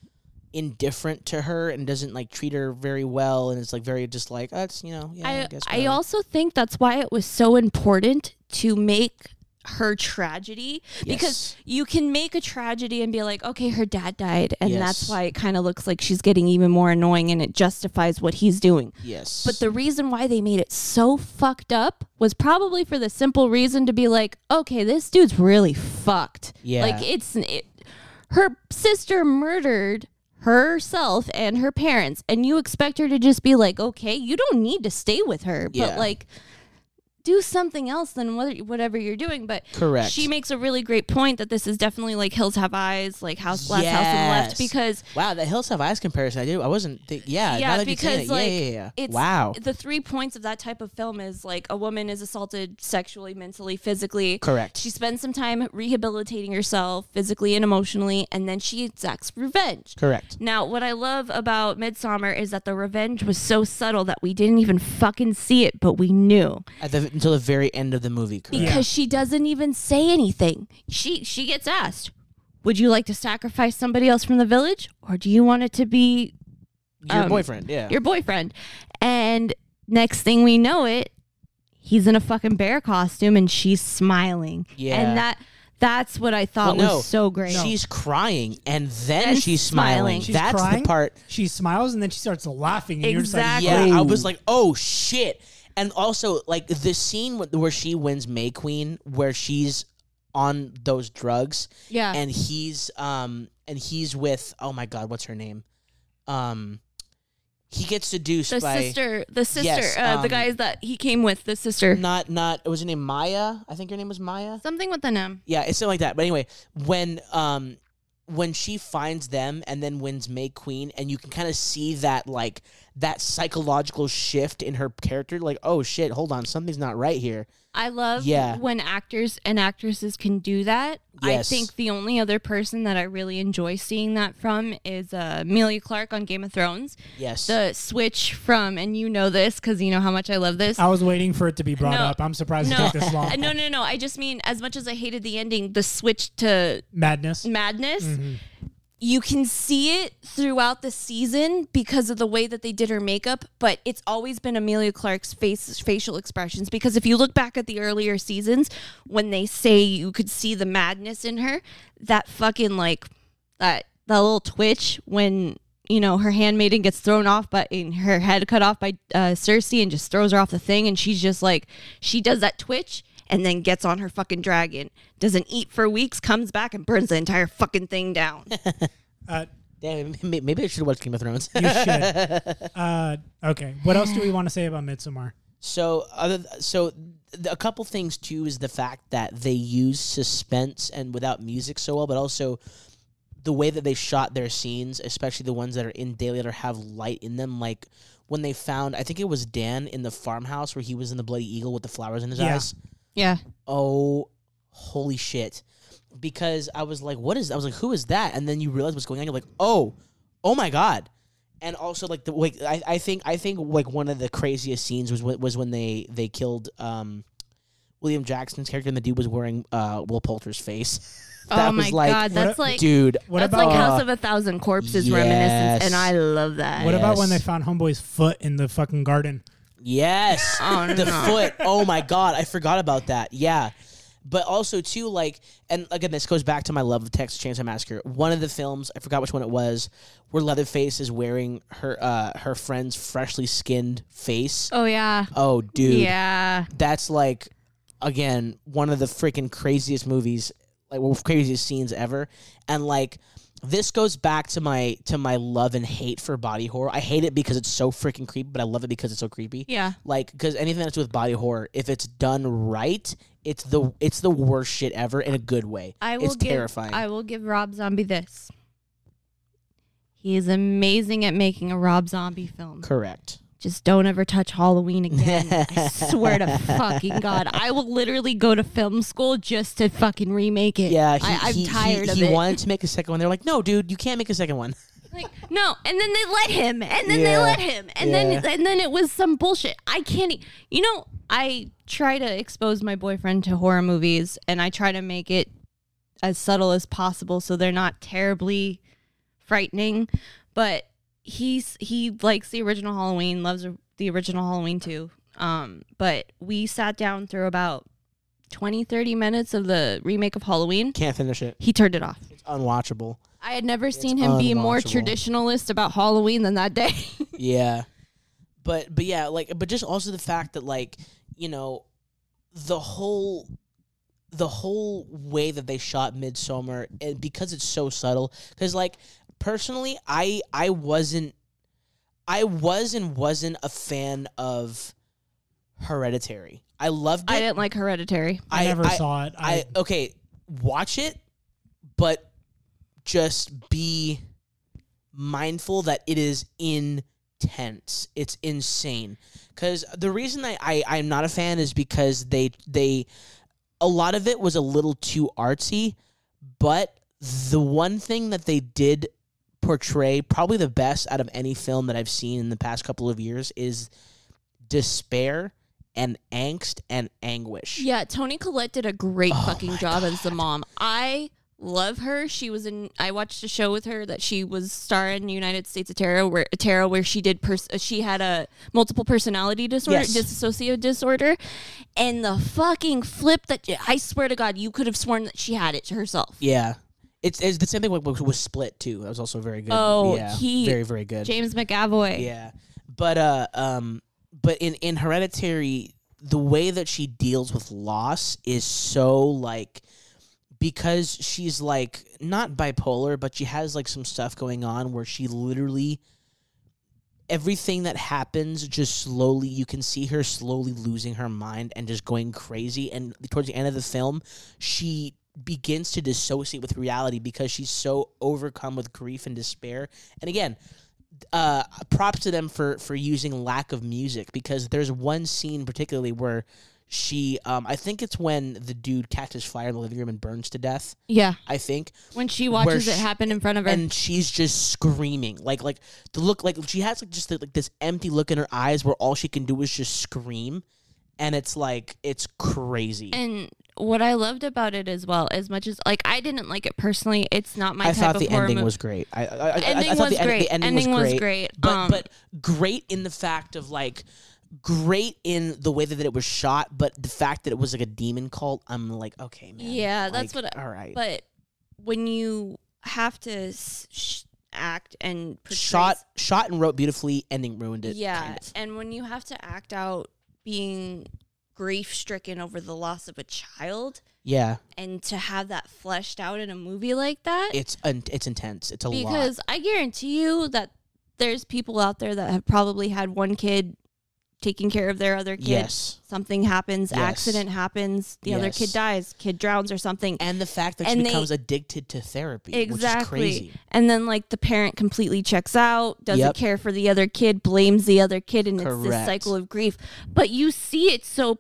indifferent to her and doesn't like treat her very well and it's like very just like oh, it's you know yeah I, I, guess I whatever." also think that's why it was so important to make her tragedy because Yes. you can make a tragedy and be like okay her dad died and that's Yes. why it kind of looks like she's getting even more annoying and it justifies what he's doing yes but the reason why they made it so fucked up was probably for the simple reason to be like okay this dude's really fucked Yeah. like it's it, her sister murdered herself and her parents and you expect her to just be like okay you don't need to stay with her Yeah. but like do something else than whether, whatever you're doing but Correct. she makes a really great point that this is definitely like hills have eyes like house last house and Yes. left because wow that Hills Have Eyes comparison I do I wasn't thi- yeah now yeah, that you're saying it, because like yeah, yeah, yeah. it's wow the three points of that type of film is like a woman is assaulted sexually, mentally, physically. correct She spends some time rehabilitating herself physically and emotionally, and then she exacts revenge. correct Now, what I love about Midsummer is that the revenge was so subtle that we didn't even fucking see it, but we knew At the, until the very end of the movie correct because she doesn't even say anything. She she gets asked, "Would you like to sacrifice somebody else from the village, or do you want it to be your um, boyfriend yeah your boyfriend. And next thing we know it, he's in a fucking bear costume and she's smiling. Yeah. And that that's what I thought Well, no. was so great. she's crying and then And she's smiling. smiling, She's that's crying? the part She smiles and then she starts laughing. And Exactly. You're Yeah, just like, I was like, oh shit. And also, like the scene wh- where she wins May Queen, where she's on those drugs, yeah. and he's um and he's with oh my god, what's her name? Um, he gets seduced the by sister, the sister, Yes, uh, the um, guys that he came with, the sister. not not was her name Maya? I think her name was Maya. Something with an M. Yeah, it's something like that. But anyway, when um when she finds them and then wins May Queen, and you can kind of see that like that psychological shift in her character, like oh shit, hold on, something's not right here. I love Yeah. when actors and actresses can do that. Yes. I think the only other person that I really enjoy seeing that from is uh, Amelia Clark on Game of Thrones. Yes, The switch from, and you know this because you know how much I love this. I was waiting for it to be brought No. up. I'm surprised No. it took this Uh, long. no, no, no. I just mean as much as I hated the ending, the switch to Madness. madness, Mm-hmm. you can see it throughout the season because of the way that they did her makeup, but it's always been Amelia Clark's face facial expressions because if you look back at the earlier seasons when they say you could see the madness in her, that fucking like that that little twitch when you know her handmaiden gets thrown off but in her head cut off by uh, Cersei and just throws her off the thing and she's just like she does that twitch and then gets on her fucking dragon doesn't eat for weeks comes back and burns the entire fucking thing down Uh, Damn, may- maybe I should watch Game of Thrones. you should. Uh, okay. What else do we want to say about Midsommar? so, other th- so th- a couple things too is the fact that they use suspense and without music so well, but also the way that they shot their scenes, especially the ones that are in daylight or have light in them, like when they found, I think it was Dan in the farmhouse where he was in the Bloody Eagle with the flowers in his Yeah. eyes. yeah oh holy shit because i was like what is i was like who is that and then you realize what's going on you're like oh oh my god and also like the like i, I think i think like one of the craziest scenes was when, was when they they killed um william jackson's character and the dude was wearing uh will poulter's face that oh my was like god that's What- like dude uh, What that's about like house of a thousand corpses reminiscence and Yes. i love that what about when they Yes. found Homeboy's foot in the fucking garden? Yes. Oh, the no. foot. Oh my god, I forgot about that. Yeah. But also too, like, and again, this goes back to my love of Texas Chainsaw Massacre. One of the films, I forgot which one it was, where Leatherface is wearing her uh, her friend's freshly skinned face. oh yeah Oh, dude, yeah that's like, again, one of the freaking craziest movies. like one of the craziest scenes ever. And like this goes back to my to my love and hate for body horror. I hate it because it's so freaking creepy, but I love it because it's so creepy. Yeah. Like because anything that's with body horror, if it's done right, it's the it's the worst shit ever in a good way. I will it's give, terrifying. I will give Rob Zombie this. He is amazing at making a Rob Zombie film. Correct. Just don't ever touch Halloween again. I swear to fucking God. I will literally go to film school just to fucking remake it. Yeah, he, I, I'm he, tired he, of he it. wanted to make a second one. They were like, "No, dude, you can't make a second one." Like, no, and then they let him, and then they Yeah. let him, and then Yeah. and then it was some bullshit. I can't. E- you know, I try to expose my boyfriend to horror movies, and I try to make it as subtle as possible so they're not terribly frightening. But he's he likes the original Halloween, loves the original Halloween too. Um, but we sat down through about 20, 30 minutes of the remake of Halloween. Can't finish it. He turned it off. It's unwatchable. I had never seen him be more unwatchable. traditionalist about Halloween than that day. yeah but but yeah like but just also the fact that like you know the whole the whole way that they shot midsummer and because it's so subtle because like personally i i wasn't i was and wasn't a fan of hereditary i loved it I didn't like Hereditary. I, never saw it. I, I okay, watch it, but just be mindful that it is intense. It's insane. Cause the reason I, I I'm not a fan is because they they a lot of it was a little too artsy, but the one thing that they did portray probably the best out of any film that I've seen in the past couple of years is despair and angst and anguish. Yeah, Tony Collette did a great Oh fucking my job as the mom. I love her. She was in. I watched a show with her that she was starring in United States of Terror, where Terror, where she did. Pers- uh, she had a multiple personality disorder, Yes. dissociative disorder, and the fucking flip that I swear to God, you could have sworn that she had it herself. Yeah, it's, it's the same thing with, with Split too. That was also very good. Oh, yeah, he- very very good. James McAvoy. Yeah, but uh, um, but in in Hereditary, the way that she deals with loss is so like because she's like not bipolar, but she has like some stuff going on where she literally everything that happens just slowly you can see her slowly losing her mind and just going crazy and towards the end of the film she begins to dissociate with reality because she's so overcome with grief and despair and again uh, props to them for for using lack of music because there's one scene particularly where she um, I think it's when the dude catches fire in the living room and burns to death yeah. I think When she Where watches it she- happen in front of her, and she's just screaming like like the look like she has like just like this empty look in her eyes where all she can do is just scream and it's like it's crazy And what I loved about it as well, as much as like I didn't like it personally, it's not my I type thought of the horror ending movie. was great. I, I, I, Ending I, I thought was the, great. End, the ending, Ending was was great. great. But Um, but great in the fact of like great in the way that it was shot, but the fact that it was like a demon cult, I'm like, okay, man. Yeah, that's like, what I- all right. But when you have to s- sh- act and portray shot shot and wrote beautifully, ending ruined it. yeah, kind of. and when you have to act out being grief stricken over the loss of a child, Yeah. and to have that fleshed out in a movie like that, It's un- it's intense. It's a lot. because I guarantee you that there's people out there that have probably had one kid taking care of their other kid. Yes. Something happens, Yes. accident happens, the other Yes. kid dies, kid drowns or something. And the fact that she And they- becomes addicted to therapy, which is Exactly. crazy. And then like the parent completely checks out, doesn't Yep. care for the other kid, blames the other kid, and it's this Correct. cycle of grief. But you see it so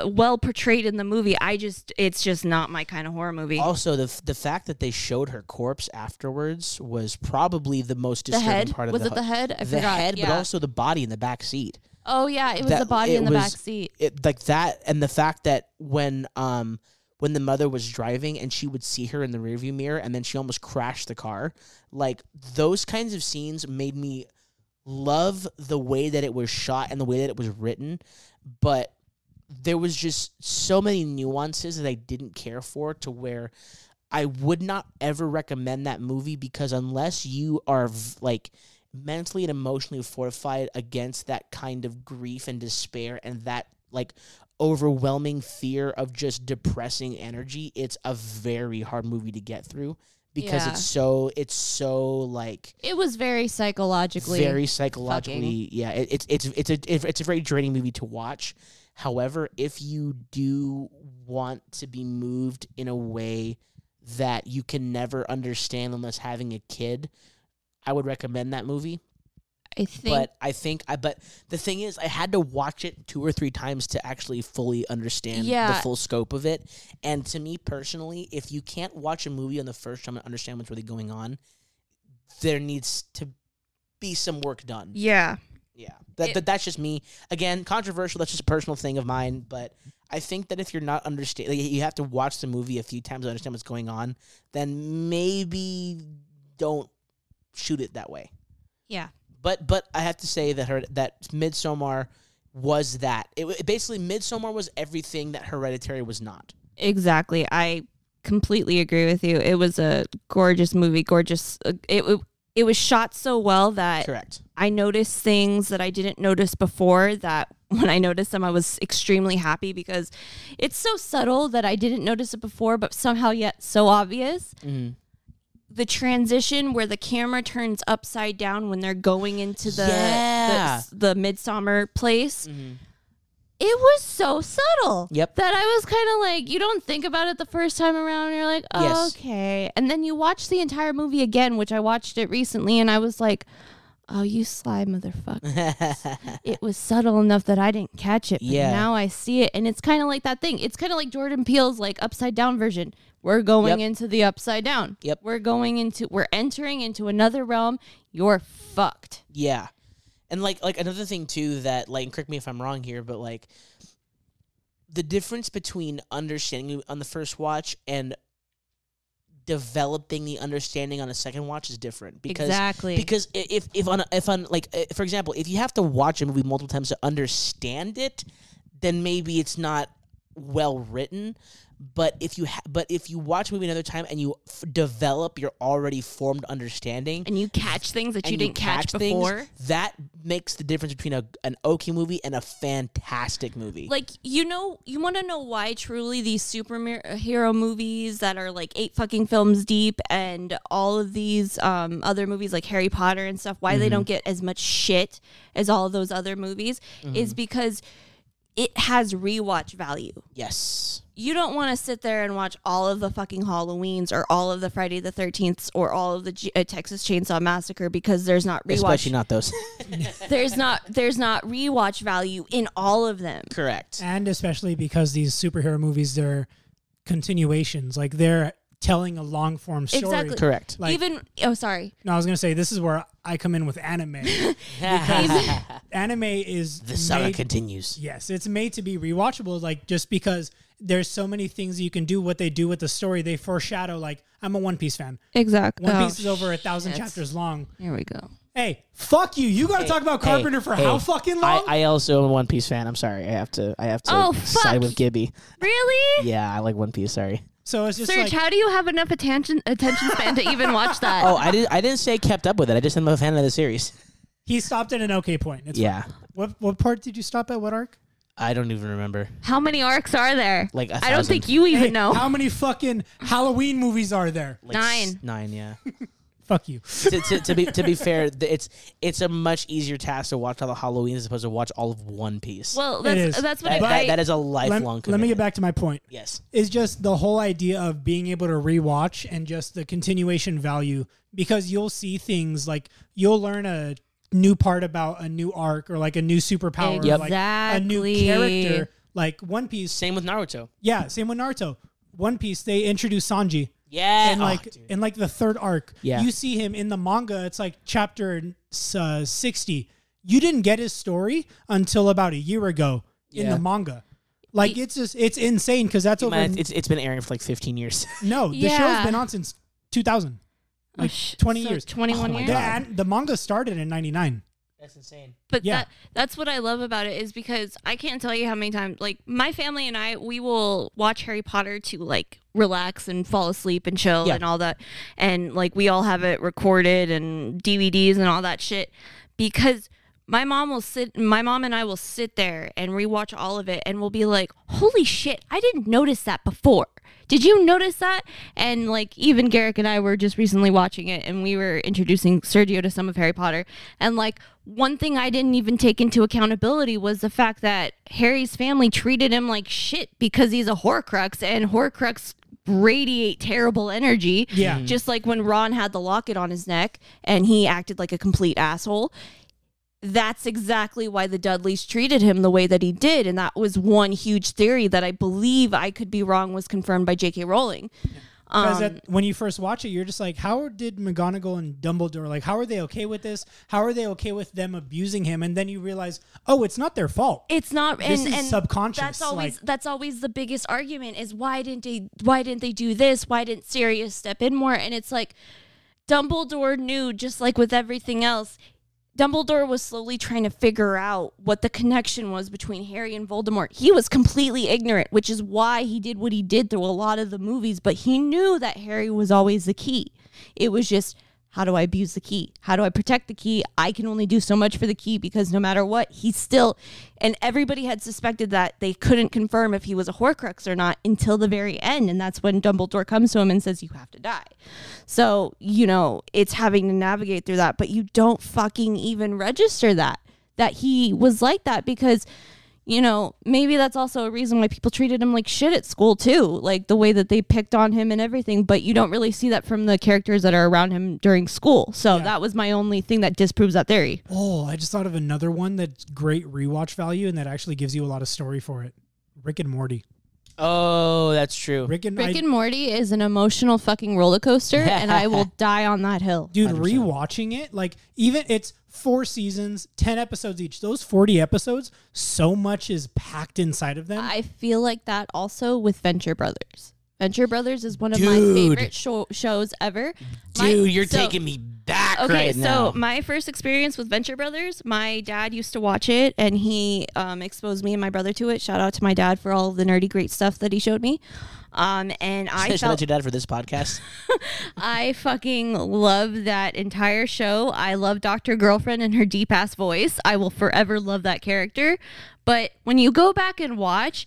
uh, well portrayed in the movie. I just, it's just not my kind of horror movie. Also, the f- the fact that they showed her corpse afterwards was probably the most the disturbing head part of was the it the head? I the forgot. head, yeah. but also the body in the back seat. oh yeah, it was that- the body in it the was- back seat. It like that, and the fact that when um when the mother was driving and she would see her in the rearview mirror, and then she almost crashed the car. Like those kinds of scenes made me love the way that it was shot and the way that it was written, but there was just so many nuances that I didn't care for to where I would not ever recommend that movie because unless you are v- like mentally and emotionally fortified against that kind of grief and despair and that like overwhelming fear of just depressing energy, it's a very hard movie to get through because Yeah. it's so it's so like It was very psychologically. very psychologically yeah it, it's it's it's a it- it's a very draining movie to watch however if you do want to be moved in a way that you can never understand unless having a kid i would recommend that movie I think. but i think i but the thing is i had to watch it two or three times to actually fully understand the Yeah. full scope of it and to me personally if you can't watch a movie on the first time and understand what's really going on there needs to be some work done Yeah. yeah, that, It- that that's just me. Again, controversial. That's just a personal thing of mine. But I think that if you're not understand, like, you have to watch the movie a few times to understand what's going on. Then maybe don't shoot it that way. Yeah. But but I have to say that her that Midsommar was that. It, wa- basically Midsommar was everything that Hereditary was not. Exactly. I completely agree with you. It was a gorgeous movie. Gorgeous. uh, It it, it was shot so well that Correct. I noticed things that I didn't notice before. That when I noticed them, I was extremely happy because it's so subtle that I didn't notice it before, but somehow yet so obvious. Mm-hmm. The transition where the camera turns upside down when they're going into the Yeah. the, the midsummer place Mm-hmm. it was so subtle. Yep. That I was kind of like, you don't think about it the first time around. And you're like, oh, Yes. okay. And then you watch the entire movie again, which I watched it recently, and I was like, oh, you sly motherfucker. it was subtle enough that I didn't catch it. But Yeah. Now I see it, and it's kind of like that thing. It's kind of like Jordan Peele's like upside down version. We're going Yep. into the upside down. Yep. We're going into. We're entering into another realm. You're fucked. Yeah. And like like another thing too that like and correct me if I'm wrong here, but like the difference between understanding on the first watch and developing the understanding on a second watch is different because exactly. because i- if if on a- if on like uh, for example, if you have to watch a movie multiple times to understand it, then maybe it's not well written. But if you ha- but if you watch a movie another time and you f- develop your already formed understanding, and you catch things that you and didn't catch, things, before. that makes the difference between a, an okay movie and a fantastic movie. like you know you want to know why truly these superhero movies that are like eight fucking films deep and all of these um, other movies like harry potter and stuff why they don't Mm-hmm. get as much shit as all of those other movies is Mm-hmm. because it has rewatch value yes. you don't want to sit there and watch all of the fucking halloweens or all of the friday the 13th or all of the G- uh, texas chainsaw massacre because there's not rewatch Especially not those. there's not there's not rewatch value in all of them Correct. and especially because these superhero movies they're continuations like they're telling a long form story Exactly. Correct. like even oh sorry no i was gonna say this is where i come in with anime anime is the saga made- continues. yes it's made to be rewatchable like just because there's so many things you can do what they do with the story they foreshadow like i'm a one piece fan Exactly. one piece is over a thousand chapters long Oh, Here we go. hey fuck you you gotta talk about carpenter for how fucking long I, I also am a One Piece fan. I'm sorry. I have to. I have to Oh, side fuck. with Gibby. Really? Yeah, I like One Piece. Sorry. so it's just Serge, like how do you have enough attention attention span to even watch that? Oh, I didn't. I didn't say kept up with it. I just am a fan of the series. he stopped at an okay point it's Yeah, what, what part did you stop at what arc I don't even remember. How many arcs are there? Like a I don't thousand. think you even Hey, know. How many fucking Halloween movies are there? Like s- Nine. Nine. Yeah. Fuck you. to, to, to be to be fair, th- it's it's a much easier task to watch all the Halloween as opposed to watch all of One Piece. well, It that's is. that's what that, I, that- I- that is a Let, lifelong. let me get commitment. back to my point. Yes. Is just the whole idea of being able to rewatch and just the continuation value because you'll see things like you'll learn a new part about a new arc or like a new superpower, or like a new Exactly. character. Like One Piece, Same with Naruto. yeah, same with Naruto. One Piece, they introduce Sanji. Yeah. and like in like the third arc Oh, Yeah. you see him in the manga it's like chapter uh, 60 you didn't get his story until about a year ago in Yeah. the manga like it's just it's insane because that's over it's it's been airing for like 15 years. no the Yeah. show's been on since 2000 like Sh- 20 so years 21 Oh my years. the, an- the manga started in 99 That's insane. But Yeah. that that's what I love about it is because I can't tell you how many times like my family and I we will watch Harry Potter to like relax and fall asleep and chill Yeah. and all that and like we all have it recorded and DVDs and all that shit because my mom will sit my mom and I will sit there and rewatch all of it and we'll be like, "Holy shit, I didn't notice that before." Did you notice that? And like even Garrick and I were just recently watching it and we were introducing Sergio to some of Harry Potter and like one thing I didn't even take into accountability was the fact that Harry's family treated him like shit because he's a Horcrux and Horcrux radiate terrible energy. Yeah. Mhm. Just like when Ron had the locket on his neck and he acted like a complete asshole that's exactly why the Dudleys treated him the way that he did. And that was one huge theory that I believe I could be wrong was confirmed by J.K. Rowling. Because Um, that- when you first watch it, you're just like, how did McGonagall and Dumbledore like? How are they okay with this? How are they okay with them abusing him? And then you realize, oh, it's not their fault. it's not and, This is and subconscious, That's always like- that's always the biggest argument is why didn't they why didn't they do this? Why didn't Sirius step in more? And it's like Dumbledore knew just like with everything else. Dumbledore was slowly trying to figure out what the connection was between Harry and Voldemort. He was completely ignorant, which is why he did what he did through a lot of the movies, but he knew that Harry was always the key. It was just how do I abuse the key? How do I protect the key? I can only do so much for the key because no matter what, he's still and everybody had suspected that they couldn't confirm if he was a Horcrux or not until the very end, and that's when Dumbledore comes to him and says you have to die. So, you know, it's having to navigate through that, but you don't fucking even register that, that he was like that because, you know, maybe that's also a reason why people treated him like shit at school too, like the way that they picked on him and everything, but you don't really see that from the characters that are around him during school. So Yeah. that was my only thing that disproves that theory. Oh, I just thought of another one that's great rewatch value and that actually gives you a lot of story for it. Rick and Morty. Oh, that's true. Rick and, I, Rick and Morty is an emotional fucking roller coaster, and I will die on that hill. dude, rewatching it, like even it's four seasons, ten episodes each. Those forty episodes, so much is packed inside of them. I feel like that also with Venture Brothers. Venture Brothers is one of my Dude. favorite sho- shows ever. My- Dude, you're so- taking me back Okay, right so now. my first experience with Venture Brothers, my dad used to watch it, and he um, exposed me and my brother to it. Shout out to my dad for all the nerdy great stuff that he showed me. Um, and I Shout out felt to your dad for this podcast. I fucking love that entire show. I love Dr. Girlfriend and her deep ass voice. I will forever love that character. But when you go back and watch,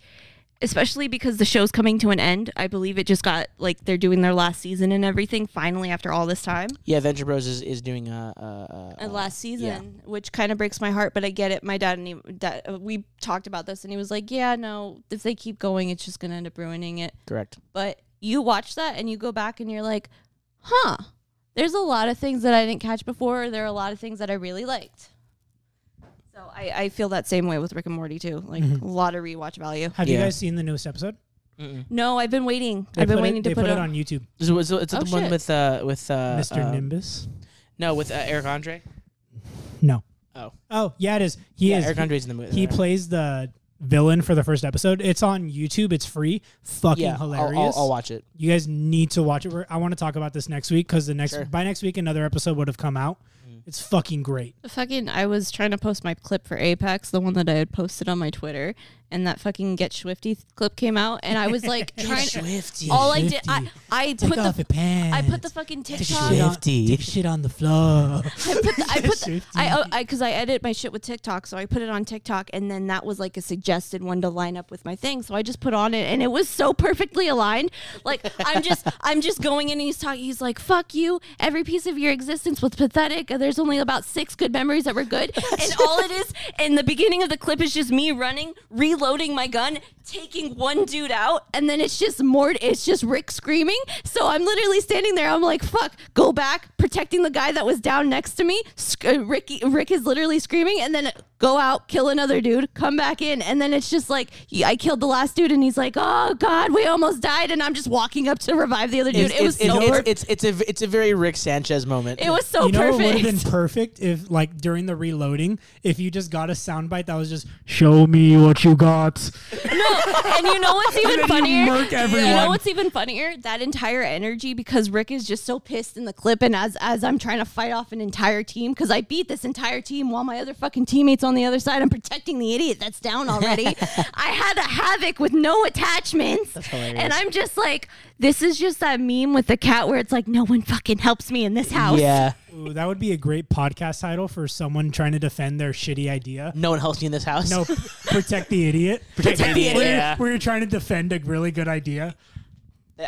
especially because the show's coming to an end, I believe it just got like they're doing their last season and everything finally after all this time. Yeah, Venture Bros is, is doing a, a, a, a Uh, last season, which kind of breaks my heart, but I get it. My dad and he, dad, uh, we talked about this and he was like, Yeah, no, if they keep going, it's just going to end up ruining it. correct. But you watch that and you go back and you're like, huh, there's a lot of things that I didn't catch before. Or there are a lot of things that I really liked. So I, I feel that same way with Rick and Morty too. Like a lot of rewatch value. Have you Yeah. guys seen the newest episode? No, I've been waiting. They I've been put waiting it, to they put, it on. on YouTube. So, so it's Oh, the one shit. with uh with uh Mr. um, Nimbus. No, with uh, Eric Andre. No. Oh, Oh yeah, it is. He yeah, is. Eric he- Andre's in the movie. He plays the villain for the first episode. It's on YouTube. It's free. Fucking yeah, I'll- hilarious. I'll, I'll watch it. You guys need to watch it. We're, I want to talk about this next week because the next Sure. by next week another episode would have come out. It's fucking great. Fucking, I was trying to post my clip for Apex, the one that I had posted on my Twitter, and that fucking Get Swifty clip came out, and I was like trying. Swifty. all I did, I, Swifty. I put the, pants. I put the fucking TikTok. shit on- Swifty. take shit on the floor. I put the, I put the, I oh, I because I edit my shit with TikTok, so I put it on TikTok, and then that was like a suggested one to line up with my thing. So I just put on it, and it was so perfectly aligned. Like I'm just I'm just going in, and he's talking. He's like, "Fuck you! Every piece of your existence was pathetic. There's only about six good memories that were good, and all it is in the beginning of the clip is just me running, reloading my gun, taking one dude out, and then it's just more. It's just Rick screaming. So I'm literally standing there. I'm like, "Fuck! Go back!" Protecting the guy that was down next to me. Sc- uh, Ricky, Rick is literally screaming, and then go out, kill another dude, come back in, and then it's just like y- I killed the last dude, and he's like, "Oh God, we almost died," and I'm just walking up to revive the other dude. it was so. it's, perfect. it's, it's a it's a very Rick Sanchez moment. it was so you know perfect. what would have been perfect if, like, during the reloading, if you just got a soundbite that was just "Show me what you got." and you know what's even then you funnier? murk everyone. You know what's even funnier? That entire energy because Rick is just so pissed in the clip, and as as I'm trying to fight off an entire team because I beat this entire team while my other fucking teammates on the other side, I'm protecting the idiot that's down already. I had a havoc with no attachments, hilarious. and I'm just like, This is just that meme with the cat where it's like, no one fucking helps me in this house. Yeah. Ooh, that would be a great podcast title for someone trying to defend their shitty idea. No one helps me in this house. No, protect the idiot. Protect the idiot, Where you're- yeah. where you're trying to defend a really good idea.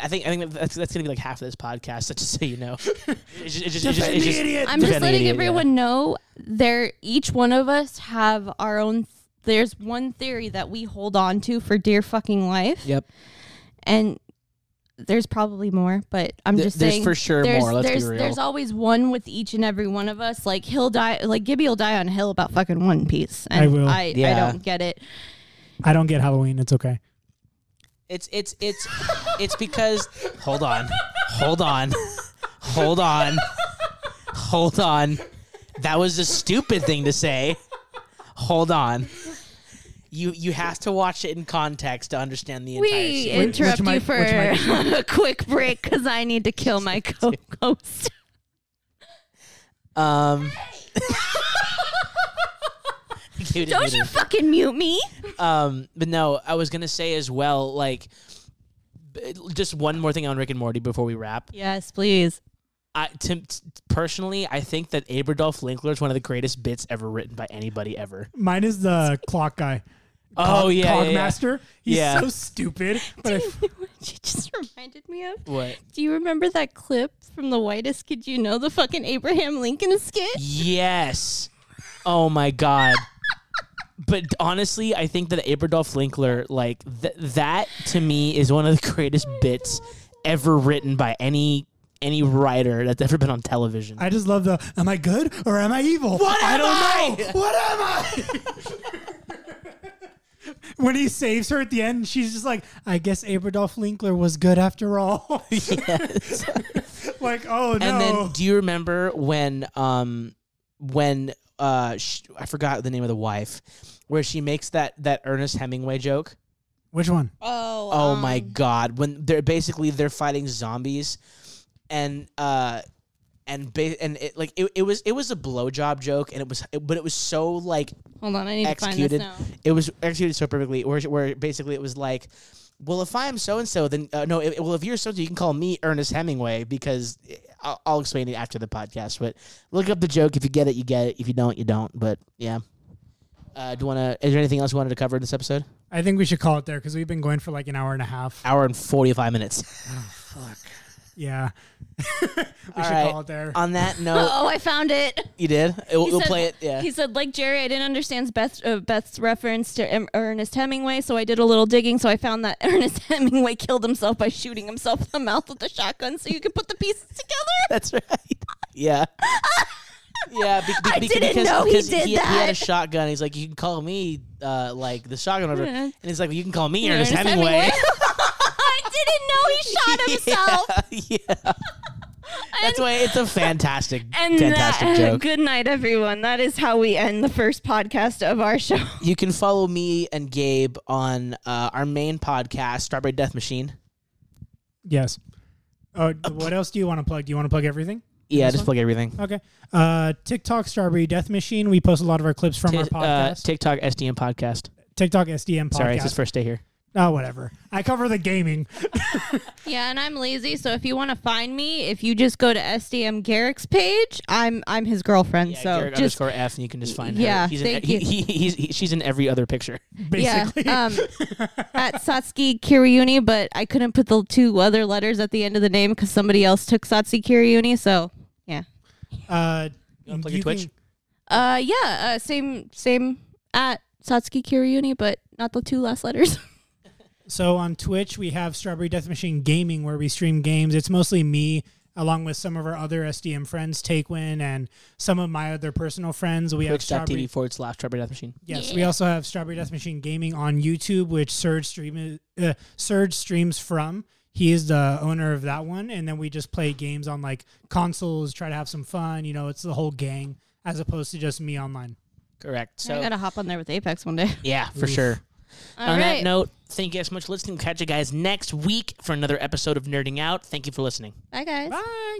I think I think that's, that's gonna be like half of this podcast. Just so you know, it's just, it's just, it's just, Defend it's the just- idiot. I'm just Defend the letting idiot, yeah. everyone know there each one of us have our own there's one theory that we hold on to for dear fucking life. Yep. And there's probably more, but I'm Th- just there's saying for sure there's, more, let's be there's, real. There's always one with each and every one of us. Like he'll die like Gibby will die on a hill about fucking one piece. And I will. I, Yeah. I don't get it. I don't get Halloween. It's okay. It's it's it's it's because hold on, hold on, hold on, hold on. That was a stupid thing to say. Hold on. You you have to watch it in context to understand the entire. We scene. Which- interrupt which you mic- for which mic a quick break because I need to kill my co-host. Um. Dude, Don't dude. you fucking mute me. Um, but no, I was gonna say as well, like, b- just one more thing on Rick and Morty before we wrap. Yes, please. I, to, t- personally, I think that Aberdolf Linkler is one of the greatest bits ever written by anybody ever. Mine is the clock guy. Oh, yeah, yeah, yeah. Cogmaster. He's Yeah. so stupid. But I, f- what you just reminded me of? What? Do you remember that clip from the whitest kid you know, the fucking Abraham Lincoln skit? Yes. Oh my god. But honestly, I think that Aberdolf Linkler, like th- that, to me is one of the greatest bits ever written by any any writer that's ever been on television. I just love the. Am I good or am I evil? What I don't know. What am I? when he saves her at the end, she's just like, "I guess Aberdolf Linkler was good after all." yes. like, oh no. And then, do you remember when, um, when uh, sh- I forgot the name of the wife, where she makes that that Ernest Hemingway joke? Which one? Oh, Oh my god! When they're basically they're fighting zombies, and uh, and ba- and it, like it, it was it was a blowjob joke, and it was but it was so like Hold on, I need executed. to find this now. It was executed so perfectly, where, where basically it was like, well, if I'm so and so, then uh, no, it, well, if you're so and so, you can call me Ernest Hemingway because uh, I'll, I'll explain it after the podcast. But look up the joke. If you get it, you get it. If you don't, you don't. But yeah. Uh, do you want to? Is there anything else you wanted to cover in this episode? I think we should call it there because we've been going for like an hour and a half. Hour and forty five minutes. Yeah, we should right. Uh, call it there. On that note, Oh, I found it. you did. It, He we'll said- play it. Yeah. He said, like Jerry, I didn't understand Beth, uh, Beth's reference to em- Ernest Hemingway, so I did a little digging. So I found that Ernest Hemingway killed himself by shooting himself in the mouth with a shotgun. So you can put the pieces together. That's right. Yeah. Yeah, be- be- I be- didn't because, know he because did he, had a that. shotgun. He's like, you can call me, uh, like the shotgun, over. Yeah. and he's like, you can call me Ernest, Hemingway. I didn't know he shot himself. yeah, that's why it's a fantastic, And uh, fantastic that, joke. good night, everyone. That is how we end the first podcast of our show. You can follow me and Gabe on uh, our main podcast, Strawberry Death Machine. yes. Oh, uh, what else do you want to plug? Do you want to plug everything? Yeah, This just one? plug everything. Okay. Uh, TikTok Strawberry Death Machine. We post a lot of our clips from T- our uh, podcast. TikTok SDM podcast. TikTok SDM podcast. Sorry, it's his first day here. oh, whatever. I cover the gaming. Yeah, and I'm lazy, so if you want to find me, if you just go to SDM Garrick's page, I'm I'm his girlfriend. Yeah, so Garrett just underscore F, and you can just find Yeah, her. He's in, thank he, you. he, he's, he, she's in every other picture. Basically. uh, yeah, um, at Satsuki Kiriuni, but I couldn't put the two other letters at the end of the name because somebody else took Satsuki Kiriuni. So yeah, Uh, wanna plug your Twitch? can- uh, yeah, uh, same same at Satsuki Kiriuni, but not the two last letters. so on Twitch, we have Strawberry Death Machine Gaming, where we stream games. It's mostly me, along with some of our other SDM friends, Takewin, and some of my other personal friends. We have Strawberry. Twitch.tv forward slash Strawberry Death Machine. Yes, we also have Strawberry Death Machine Gaming on YouTube, which Surge stream uh, Surge streams from. He is the owner of that one, and then we just play games on like consoles, try to have some fun. You know, it's the whole gang as opposed to just me online. Correct. So I gotta hop on there with Apex one day. yeah, for sure. All right. On that note, thank you guys so much for listening. Catch you guys next week for another episode of Nerding Out. Thank you for listening. Bye, guys. Bye.